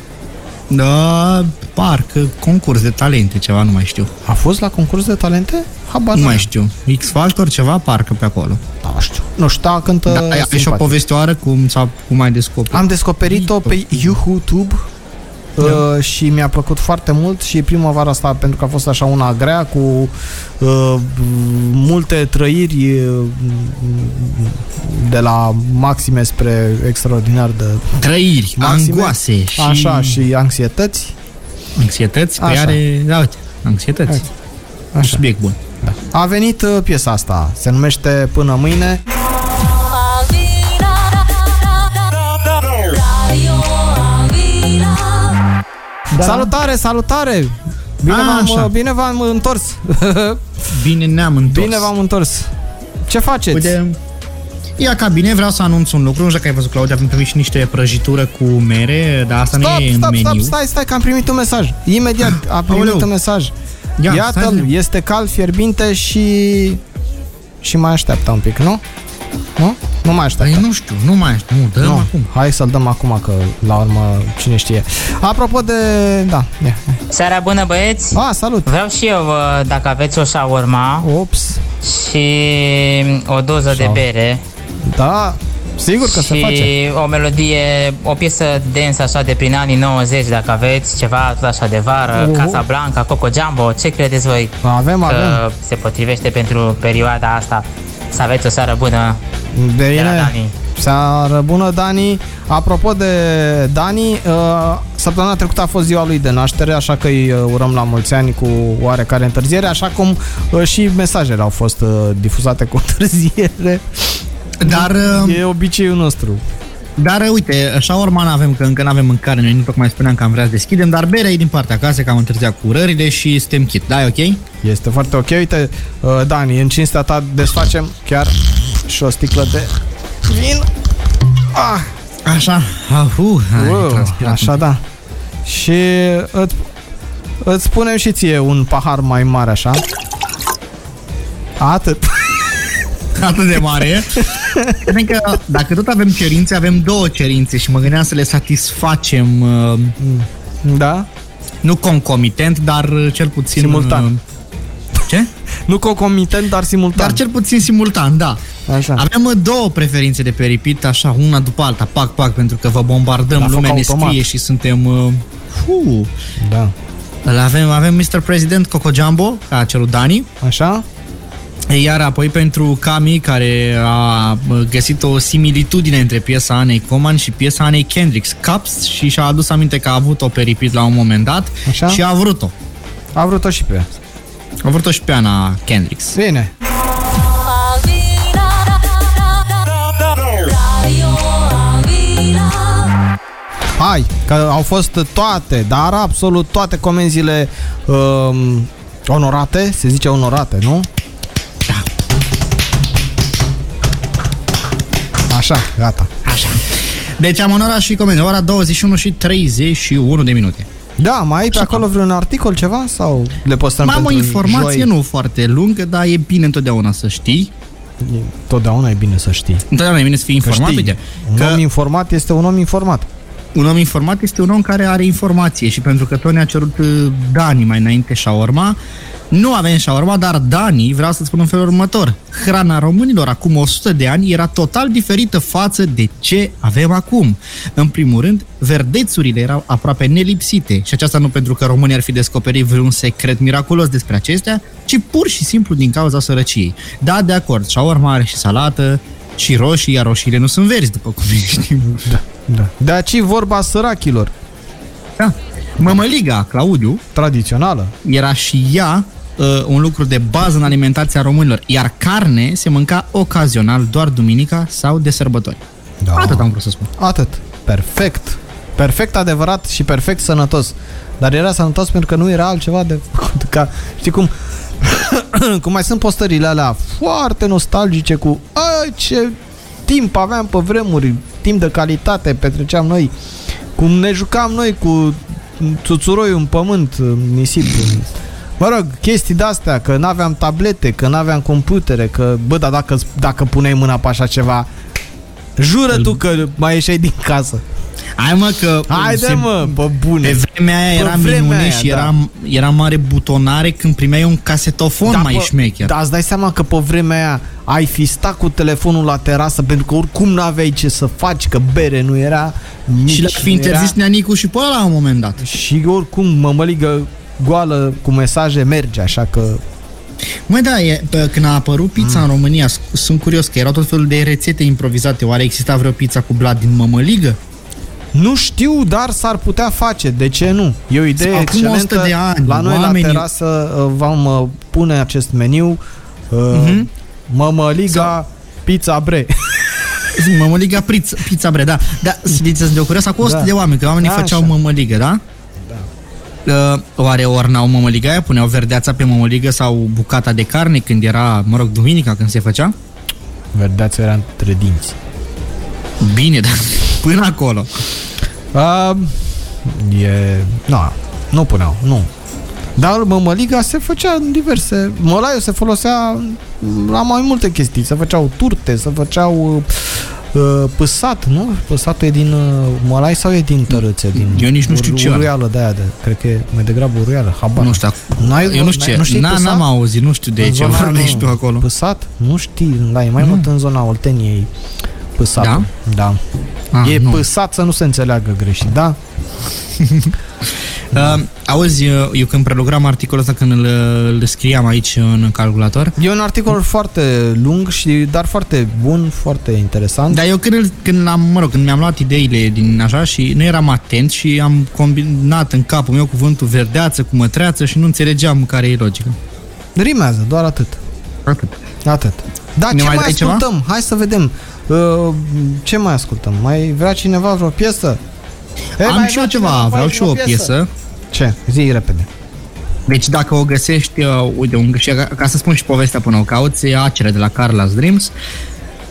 Da, parcă concurs de talente, ceva, nu mai știu. A fost la concurs de talente? Habar Nu mai n-am. știu. X-Factor, ceva, parcă pe acolo. Nu știu. Nu știu, da, cântă Da, ai- ai și o simpatic. povestioară cum, sau cum ai descoperit. Am descoperit-o pe YouTube Da. Uh, și mi-a plăcut foarte mult și primăvara asta pentru că a fost așa una grea cu uh, multe trăiri uh, de la maxime spre extraordinar de Trăiri, maxime. angoase și așa și anxietăți anxietăți, că Așa. are, da, uite, anxietăți. Hai. Un subiect bun. a venit uh, piesa asta se numește Până Mâine Avila, Radio Avila, da. Salutare, salutare! Bine, A, v-am, așa. uh, bine v-am întors! Bine ne-am întors. bine v-am întors! Ce faceți? Uite, ia ca bine, vreau să anunț un lucru, nu știu dacă ai văzut, Claudia, avem primit și niște prăjitură cu mere, dar asta Stop, nu e stop, în stop, meniu. stai, stai, că am primit un mesaj. Imediat a primit Aoleu. un mesaj. Ia, stai Iată-l, zi. este cald, fierbinte și... Și mai așteaptă un pic, nu? Nu? Nu mai Păi așteaptă. nu știu, nu mai știu, nu, dăm nu. acum. Hai să-l dăm acum, că la urmă cine știe. Apropo de... Da, ia. Seara bună, băieți! A, salut! Vreau și eu, vă, dacă aveți o shawarma Ops, și o doză de bere da, sigur că și se face. o melodie, o piesă densă așa de prin anii 90, dacă aveți ceva tot așa de vară, Uhu. uh-huh. Casa Blanca, Coco Jumbo, ce credeți voi Avem, avem. că se potrivește pentru perioada asta? Să aveți o seară bună De de la ele. Dani. Seară bună, Dani! Apropo de Dani, uh, săptămâna trecută a fost ziua lui de naștere, așa că îi uh, urăm la mulți ani cu oarecare întârziere, așa cum uh, și mesajele au fost uh, difuzate cu întârziere. Dar, uh, E obiceiul nostru. dar uh, uite, shawarma n-avem, că încă n-avem mâncare, noi nu tocmai spuneam că am vrea să deschidem, dar berea e din partea acasă, că am întârziat cu urările și suntem chit. Da, e ok? Este foarte ok. Uite, uh, Dani, în cinstea ta desfacem chiar și o sticlă de vin. Ah! Așa, ahu, Ah, uh, hai, Wow, transpirat. așa da. Și îți, îți punem și ție un pahar mai mare așa. Atât. atât de mare. Cred că dacă tot avem cerințe, avem două cerințe și mă gândeam să le satisfacem, uh, Da? nu concomitent, dar uh, cel puțin... Simultan. uh, Ce? Nu concomitent, dar simultan. Dar cel puțin simultan, da. Așa. Aveam mă, două preferințe de pe repeat, așa, una după alta, pac, pac, pentru că vă bombardăm, La foc lumea ne automat. scrie și suntem... Uh, fuu. Da. Îl avem, avem Mr. President Coco Jumbo, ca celul Dani, Așa? iar apoi pentru Cami, care a mă, găsit o similitudine între piesa Anei Coman și piesa Anei Kendricks, Cups, și și-a adus aminte că a avut-o pe repeat la un moment dat Așa. și a vrut-o. A vrut-o și pe ea. A vrut-o și pe Ana Kendricks. Bine. Avila, Radio Avila, Hai, că au fost toate, dar absolut toate comenzile um, onorate, se zice onorate, nu? Da. Așa, gata. Așa. Deci am onorat și comenzi, ora 21 și 31 de minute. Da, mai ai pe acolo vreun articol, ceva? Sau le postăm Am o pentru informație joi? nu foarte lungă, dar e bine întotdeauna să știi. E- Totdeauna e bine să știi. Întotdeauna e bine să fii Că informat. știi, Uite, un că om informat este un om informat. un om informat este un om care are informație și pentru că Tony a cerut uh, Dani mai înainte șaorma, nu avem șaorma, dar Dani, vreau să spun în felul următor, hrana românilor acum 100 de ani era total diferită față de ce avem acum. În primul rând, verdețurile erau aproape nelipsite și aceasta nu pentru că românii ar fi descoperit vreun secret miraculos despre acestea, ci pur și simplu din cauza sărăciei. Da, de acord, șaorma are și salată, și roșii, iar roșiile nu sunt verzi, după cum știm. Da, da. De aici e vorba sărachilor, Da. Mămăliga, Claudiu, tradițională. era și ea uh, un lucru de bază în alimentația românilor, iar carne se mânca ocazional doar duminica sau de sărbători. Da. Atât am vrut să spun. Atât. Perfect. Perfect adevărat și perfect sănătos. Dar era sănătos pentru că nu era altceva de făcut. Ca, știi cum? cum mai sunt postările alea foarte nostalgice cu "Ai, ce timp aveam pe vremuri, timp de calitate petreceam noi, cum ne jucam noi cu țuțuroiul în pământ, în nisip. în- Mă rog, chestii de-astea, că n-aveam tablete, că n-aveam computere, că, bă, dar dacă, dacă puneai mâna pe așa ceva, Jură tu că mai ieșai din casă. Hai mă că... Haide se- mă, pe bune. Pe vremea aia Pe era vremea minune aia, și da. era, era mare butonare când primeai un casetofon mai șmecher. Da, îți dai seama că pe vremea aia ai fi stat cu telefonul la terasă pentru că oricum n-aveai ce să faci, că bere nu era. nici și l-a fi nu era. interzis Neanicu și pe ăla la un moment dat. Și oricum mămăligă goală cu mesaje merge, așa că... Măi, da, e, pă, când a apărut pizza mm. în România, s- sunt curios că erau tot felul de rețete improvizate. Oare exista vreo pizza cu blat din mămăligă? Nu știu, dar s-ar putea face, de ce nu? E o idee Acum excelentă. 100 de ani, la noi oamenii- la terasă uh, vom uh, pune acest meniu uh, Mhm. mămăliga pizza bre. Mămăliga pizza, pizza bre, da. Da, sunteți de curios, acum 100 Da. de oameni, că oamenii Da, făceau așa. mămăligă, da? Da. Uh, oare ornau mămăliga aia, puneau verdeața pe mămăligă sau bucata de carne când era, mă rog, duminica când se făcea? Verdeața era între dinți. Bine, da, până acolo. Uh, e... Na, nu puneau, nu. Dar mămăliga se făcea în diverse... Mălaiul se folosea la mai multe chestii. Se făceau turte, se făceau uh, păsat, nu? Păsatul e din uh, mălai sau e din tărâțe? Din Eu nici nu știu ce are. Uruială de aia, de, cred că e mai degrabă uruială, habar. Nu știu, N-ai- eu nu știu n-ai- ce, nu știi n-am păsat? n-am auzit, nu știu de În ce zona, vorbești nu, tu acolo. Păsat? Nu știi, da, e mai mult în zona Olteniei păsatul. Da. da. Ah, E nu. păsat să nu se înțeleagă greșit, da? Uh, auzi, eu, eu când prelucram articolul ăsta, când îl, îl scriam aici în calculator, E un articol foarte lung și dar foarte bun, foarte interesant. dar eu când, îl- când am, mă rog, când mi-am luat ideile din așa și nu eram atent și am combinat în capul meu cuvântul verdeață cu mătreață și nu înțelegeam care e logica. Rimează, doar atât. Atât. Atât. Da, Ne ce mai mai, dai ceva? ascultăm? Hai să vedem. Uh, ce mai ascultăm? Mai vrea cineva vreo piesă? E, Am mai și vrea eu ceva, cineva vreau mai și eu o piesă. Ce? Zi repede. Deci dacă o găsești, uh, uite, un, și ca, ca să spun și povestea până o cauți, e acele de la Carla's Dreams.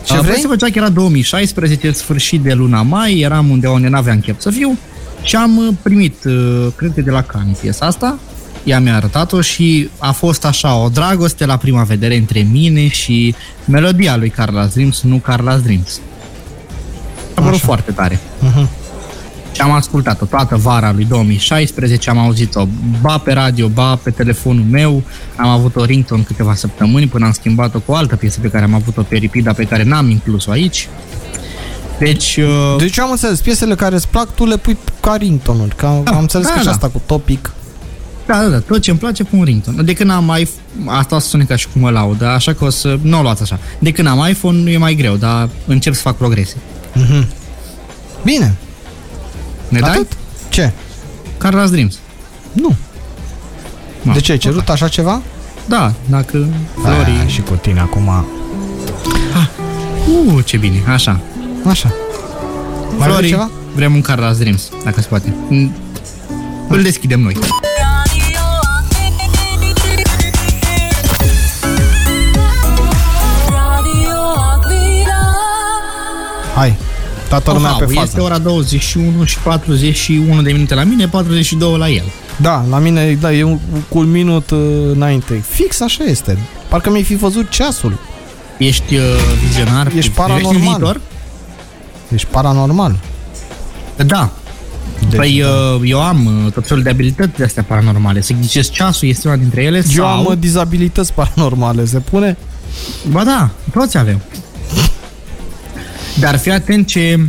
Ce Uh, vrei? povestea făcea că era 2016, sfârșit de luna mai, eram unde unde n-aveam chef să fiu și am uh, primit, uh, cred că de la Cani piesa asta, ea mi-a arătat-o și a fost așa o dragoste la prima vedere între mine și melodia lui Carla's Dreams, nu Carla's Dreams. A părut foarte tare. Și am ascultat-o toată vara lui 2016, am auzit-o ba pe radio, ba pe telefonul meu, am avut o ringtone câteva săptămâni până am schimbat-o cu o altă piesă pe care am avut-o pe Ripida, pe care n-am inclus-o aici. Deci, uh, Deci eu am înțeles, piesele care îți plac, tu le pui ca ringtone Că am, am înțeles da, că și da. asta cu topic. da, da, da, tot ce îmi place pun ringtone. De când am mai... Asta o să sune ca și cum mă laud, dar așa că o să... Nu o luați așa. De când am iPhone e mai greu, dar încep să fac progrese. Bine, Ne dai? atât? Ce? Carlos Dreams. Nu. Ma, De ce ai cerut așa ceva? Da, dacă... Aia, Flori... și cu tine acum. Uh, ce bine, așa. Așa. Mai vrei Flori, ceva? vrem un Carlos Dreams, dacă se poate. Mm, Îl deschidem noi. Radio Aquila. Radio Aquila. Hai. Toată lumea pe Ohau, fază. este ora 21 și 41 de minute la mine, 42 la el. Da, la mine, da, e un, cu un minut uh, înainte. Fix așa este. Parcă mi-ai fi văzut ceasul. Ești uh, vizionar? Ești privești paranormal. în viitor? Ești paranormal. Da. Deci, Deci, păi uh, eu am uh, tot felul de abilități de astea paranormale. Să ghicesc ceasul este una dintre ele Eu sau... am uh, dizabilități paranormale, se pune? Ba da, toți avem. Dar fii atent ce,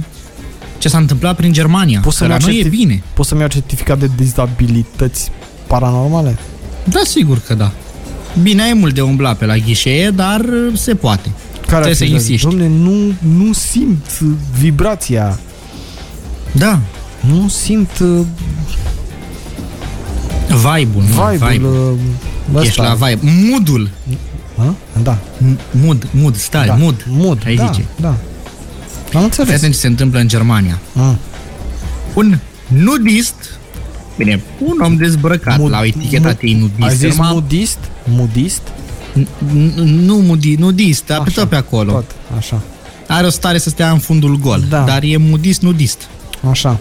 ce s-a întâmplat prin Germania. Poți Că să-mi la iau noi e certif- bine. Poți să-mi iau certificat de dizabilități paranormale? Da, sigur că da. Bine, ai mult de umblat pe la ghișee, dar uh, se poate. Care Trebuie să insiști. Domne, nu, nu simt uh, vibrația. Da, Nu simt uh, vibe-ul. nu, vibe-ul. uh, Ești ăsta. la vibe. Moodul. Hă? Da. M- Mood, mood, stai, da. da. mood. Mood, ai da, zice. da. Am Fii înțeles. atent ce se întâmplă în Germania. Ah. Un nudist, bine, un om dezbrăcat, Mud- l-au etichetat mud- ei nudist. Ai zis Urma- mudist? Mudist? n- nu mudi, nudist, dar pe tot pe acolo. Tot. Tot, așa. Are o stare să stea în fundul gol, Da. da. dar e mudist, nudist. Așa.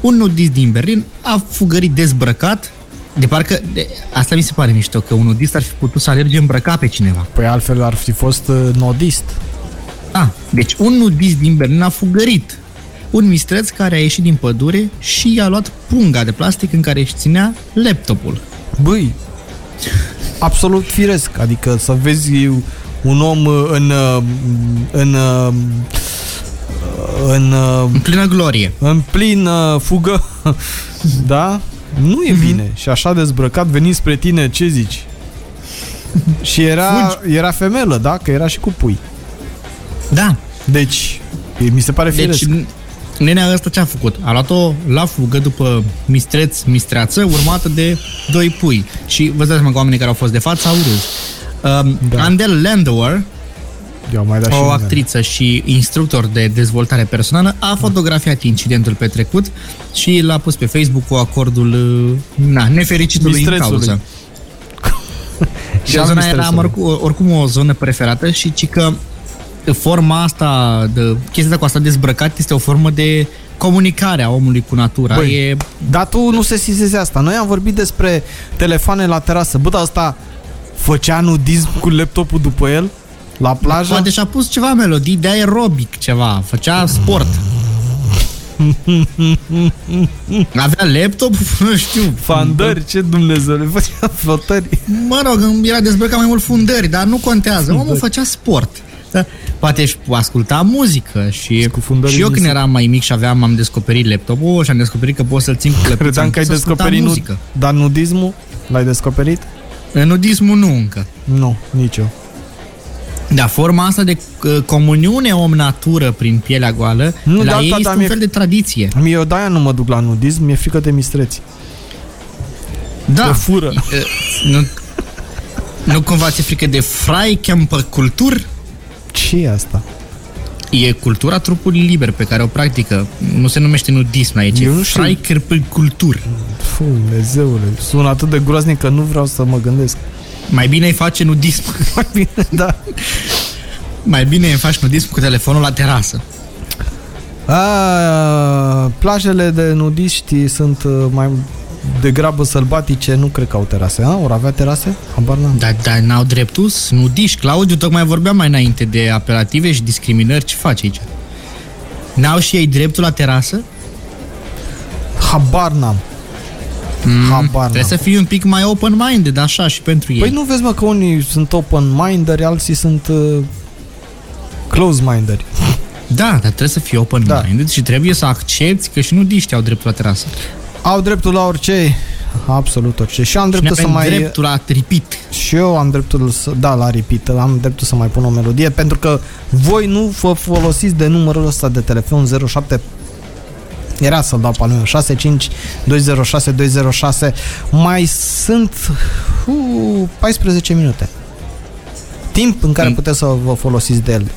Un nudist din Berlin a fugărit dezbrăcat, de parcă, de, asta mi se pare mișto, că un nudist ar fi putut să alerge îmbrăcat pe cineva. Păi altfel ar fi fost uh, nodist. Ah, deci un nudist din Berlin a fugărit. Un mistreț care a ieșit din pădure și i-a luat punga de plastic în care își ținea laptopul. Băi, absolut firesc. Adică să vezi un om uh, în... uh, în... uh, în, uh, În plină glorie. în plin uh, fugă, da? Nu Mhm. e bine. Și așa dezbrăcat veni spre tine, ce zici? Și era, era femelă, da? Că era și cu pui. Da, Deci, e- mi se pare firesc. deci Deci, nenea ăsta ce a făcut? A luat-o la fugă după mistreț, mistreață, urmată de doi pui. Și vă dați seama că oamenii care au fost de față au râs. Um, Da. da. Andel Landauer, Eu am mai dat și o numele. actriță și instructor de dezvoltare personală, a fotografiat incidentul petrecut și l-a pus pe Facebook cu acordul uh, na, nefericitului în Mistrețului. cauză. și Era zona era mistrețului. oricum, oricum o zonă preferată și ci că forma asta, de, chestia asta cu asta dezbrăcat este o formă de comunicare a omului cu natura. Băi, Băi, e, Dar tu nu se sizezi asta. Noi am vorbit despre telefoane la terasă. Bă, dar asta făcea nudism cu laptopul după el? La plajă? poate și-a pus ceva melodii de aerobic, ceva, făcea sport. Avea laptop, nu știu, Fandări, ce Dumnezeu, le făcea flotări. Mă rog, era dezbrăcat mai mult fundări, dar nu contează. Omul făcea sport. Da. Poate își asculta muzică și, Cu fundări și eu în când muzică. eram mai mic și aveam, am descoperit laptopul oh, și am descoperit că pot să-l țin cu clăpița Credeam în că ai să ascultam descoperit muzică. nu, dar nudismul l-ai descoperit? În nudismul nu încă. Nu, nici eu. Dar forma asta de uh, comuniune om-natură prin pielea goală, Nu, nu, la da, ei da, este da, un mi-e- fel de tradiție. Mie eu de-aia nu mă duc la nudism, mi-e frică de mistreți. Ah. Da. Te fură. Uh, Nu, nu cumva ți-e frică de Freikemper cultur? ce e asta? E cultura trupului liber pe care o practică. Nu se numește nudism aici. Eu nu Eu știu. cultur. Fu, Dumnezeule, sună atât de groaznic că nu vreau să mă gândesc. Mai bine îi face nudism. Mai bine, da. Mai bine îi faci nudism cu telefonul la terasă. A, plajele de nudiști sunt uh, mai degrabă sălbatice, nu cred că au terase. A, ori avea terase? Habar n-am. Dar da, n-au dreptul să nudiști. Claudiu, tocmai vorbeam mai înainte de apelative și discriminări. Ce faci aici? N-au și ei dreptul la terasă? Habar n-am. Mm, Habar Trebuie n-am. să fii un pic mai open-minded, așa, și pentru ei. Păi nu vezi, mă, că unii sunt open-minderi, alții sunt uh, close-minderi. Da, dar trebuie să fii open-minded da. și trebuie să accepti că și nu diști au dreptul la terasă. Au dreptul la orice, absolut orice. Și am dreptul și să avem mai... dreptul la tripit. Și eu am dreptul să, da, la repeat, am dreptul să mai pun o melodie, pentru că voi nu vă folosiți de numărul ăsta de telefon 07 era să-l dau pe al meu, 65 206 206 mai sunt uh, 14 minute timp în care puteți să vă folosiți de el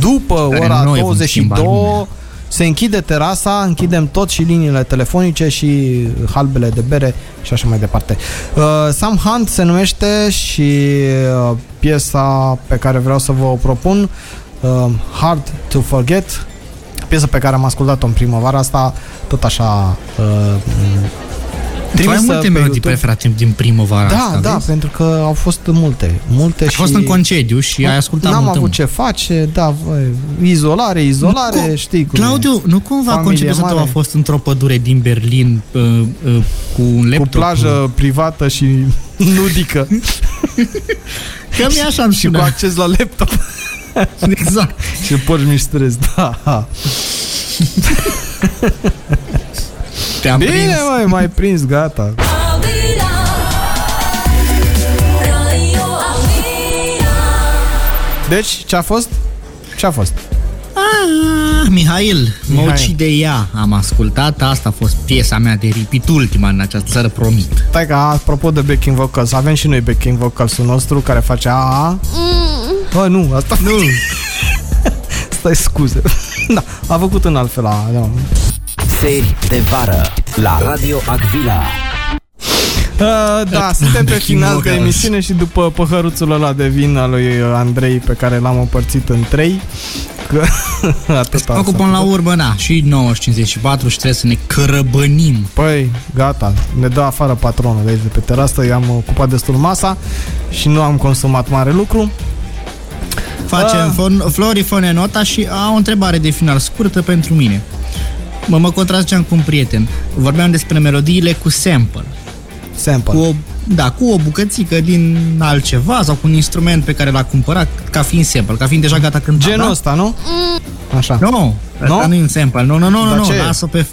după Care ora noi vom schimba 22 lumea. se închide terasa, închidem tot și liniile telefonice și halbele de bere și așa mai departe. Uh, Sam Hunt se numește și uh, piesa pe care vreau să vă o propun, uh, Hard to Forget, piesa pe care am ascultat-o în primăvara asta, tot așa... Uh, Tu ai trimisă multe pe melodii YouTube. preferate din primăvara Da, asta, da, vezi? pentru că au fost multe, multe Ai și... fost în concediu și ai ascultat N-am mult avut mult. ce face, da, voi, izolare, izolare, Nu, știi cum e. Claudiu, nu cumva Familie concediul mare. tău a fost într-o pădure din Berlin uh, uh, cu un cu laptop? plajă privată și nudică Că mi așa am și cu acces la laptop Exact. Da. și porți mici stres, da. Te-am Bine, prins. mai, mai prins, gata. Avila. Radio Avila. Deci, ce-a fost? Ce-a fost? Ah, Mihail, mă Mihail. ucide ea. Am ascultat, asta a fost piesa mea de repeat ultima în această seară, promit. Stai că, apropo de backing vocals, avem și noi backing vocals-ul nostru care face a Bă, nu, asta nu. Stai, scuze. Da, a făcut în altfel, a, da. Seri de vară la Radio Agvila. Uh, da, suntem pe final de emisiune și după păhăruțul ăla de vin al lui Andrei pe care l-am împărțit în trei, că atât Acum până la urmă, na, și 9.54 și trebuie să ne cărăbănim. Păi, gata, ne dă afară patronul de aici de pe terasă, eu am ocupat destul masa și nu am consumat mare lucru. Facem fon, Flori Fone Nota și a o întrebare de final scurtă pentru mine. Mă, mă contraziceam cu un prieten. Vorbeam despre melodiile cu sample. Sample. Cu o, da, cu o bucățică din altceva sau cu un instrument pe care l-a cumpărat ca fiind sample, ca fiind deja gata când Genul ăsta, nu? Așa. Nu, nu, Nu? no? nu e un sample. Nu, nu, nu, Dar nu, nu, ce e? lasă pe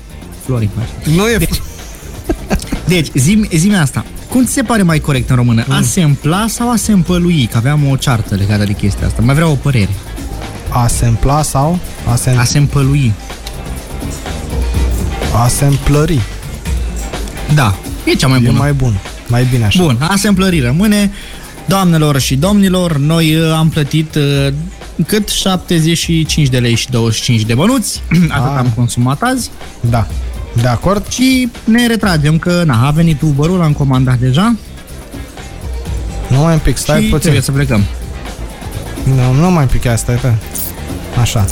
Flori. face. Nu e... Deci, zi, zi asta. Cum ți se pare mai corect în română? Mm. A sampla sau a samplelui? Că aveam o ceartă legată de chestia asta. Mai vreau o părere. A sempla sau? A, sem... A samplelui. a semplări. Da, e cea mai E bună. mai bun. Mai bine așa. Bun, asemplării rămâne. Doamnelor și domnilor, noi uh, am plătit uh, cât 75 de lei și 25 de bănuți, atât Ah. am consumat azi Da. De acord? și ne retragem că na, a venit Uber-ul, l-am comandat deja Nu mai un pic, stai și puțin. trebuie să plecăm. Da, Nu, nu mai pică asta, pe. Așa.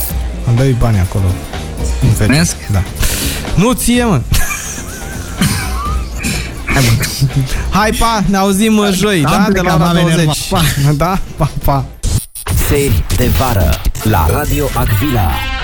Îmi dai bani acolo. În fel. Mulțumesc. Da. Nu ție, mă. Hai, pa, ne auzim mă, joi, Am da? De la plecat, ora m-am 20. enervat. Pa. Da? Pa, pa. Seri de vară la Radio Agvila.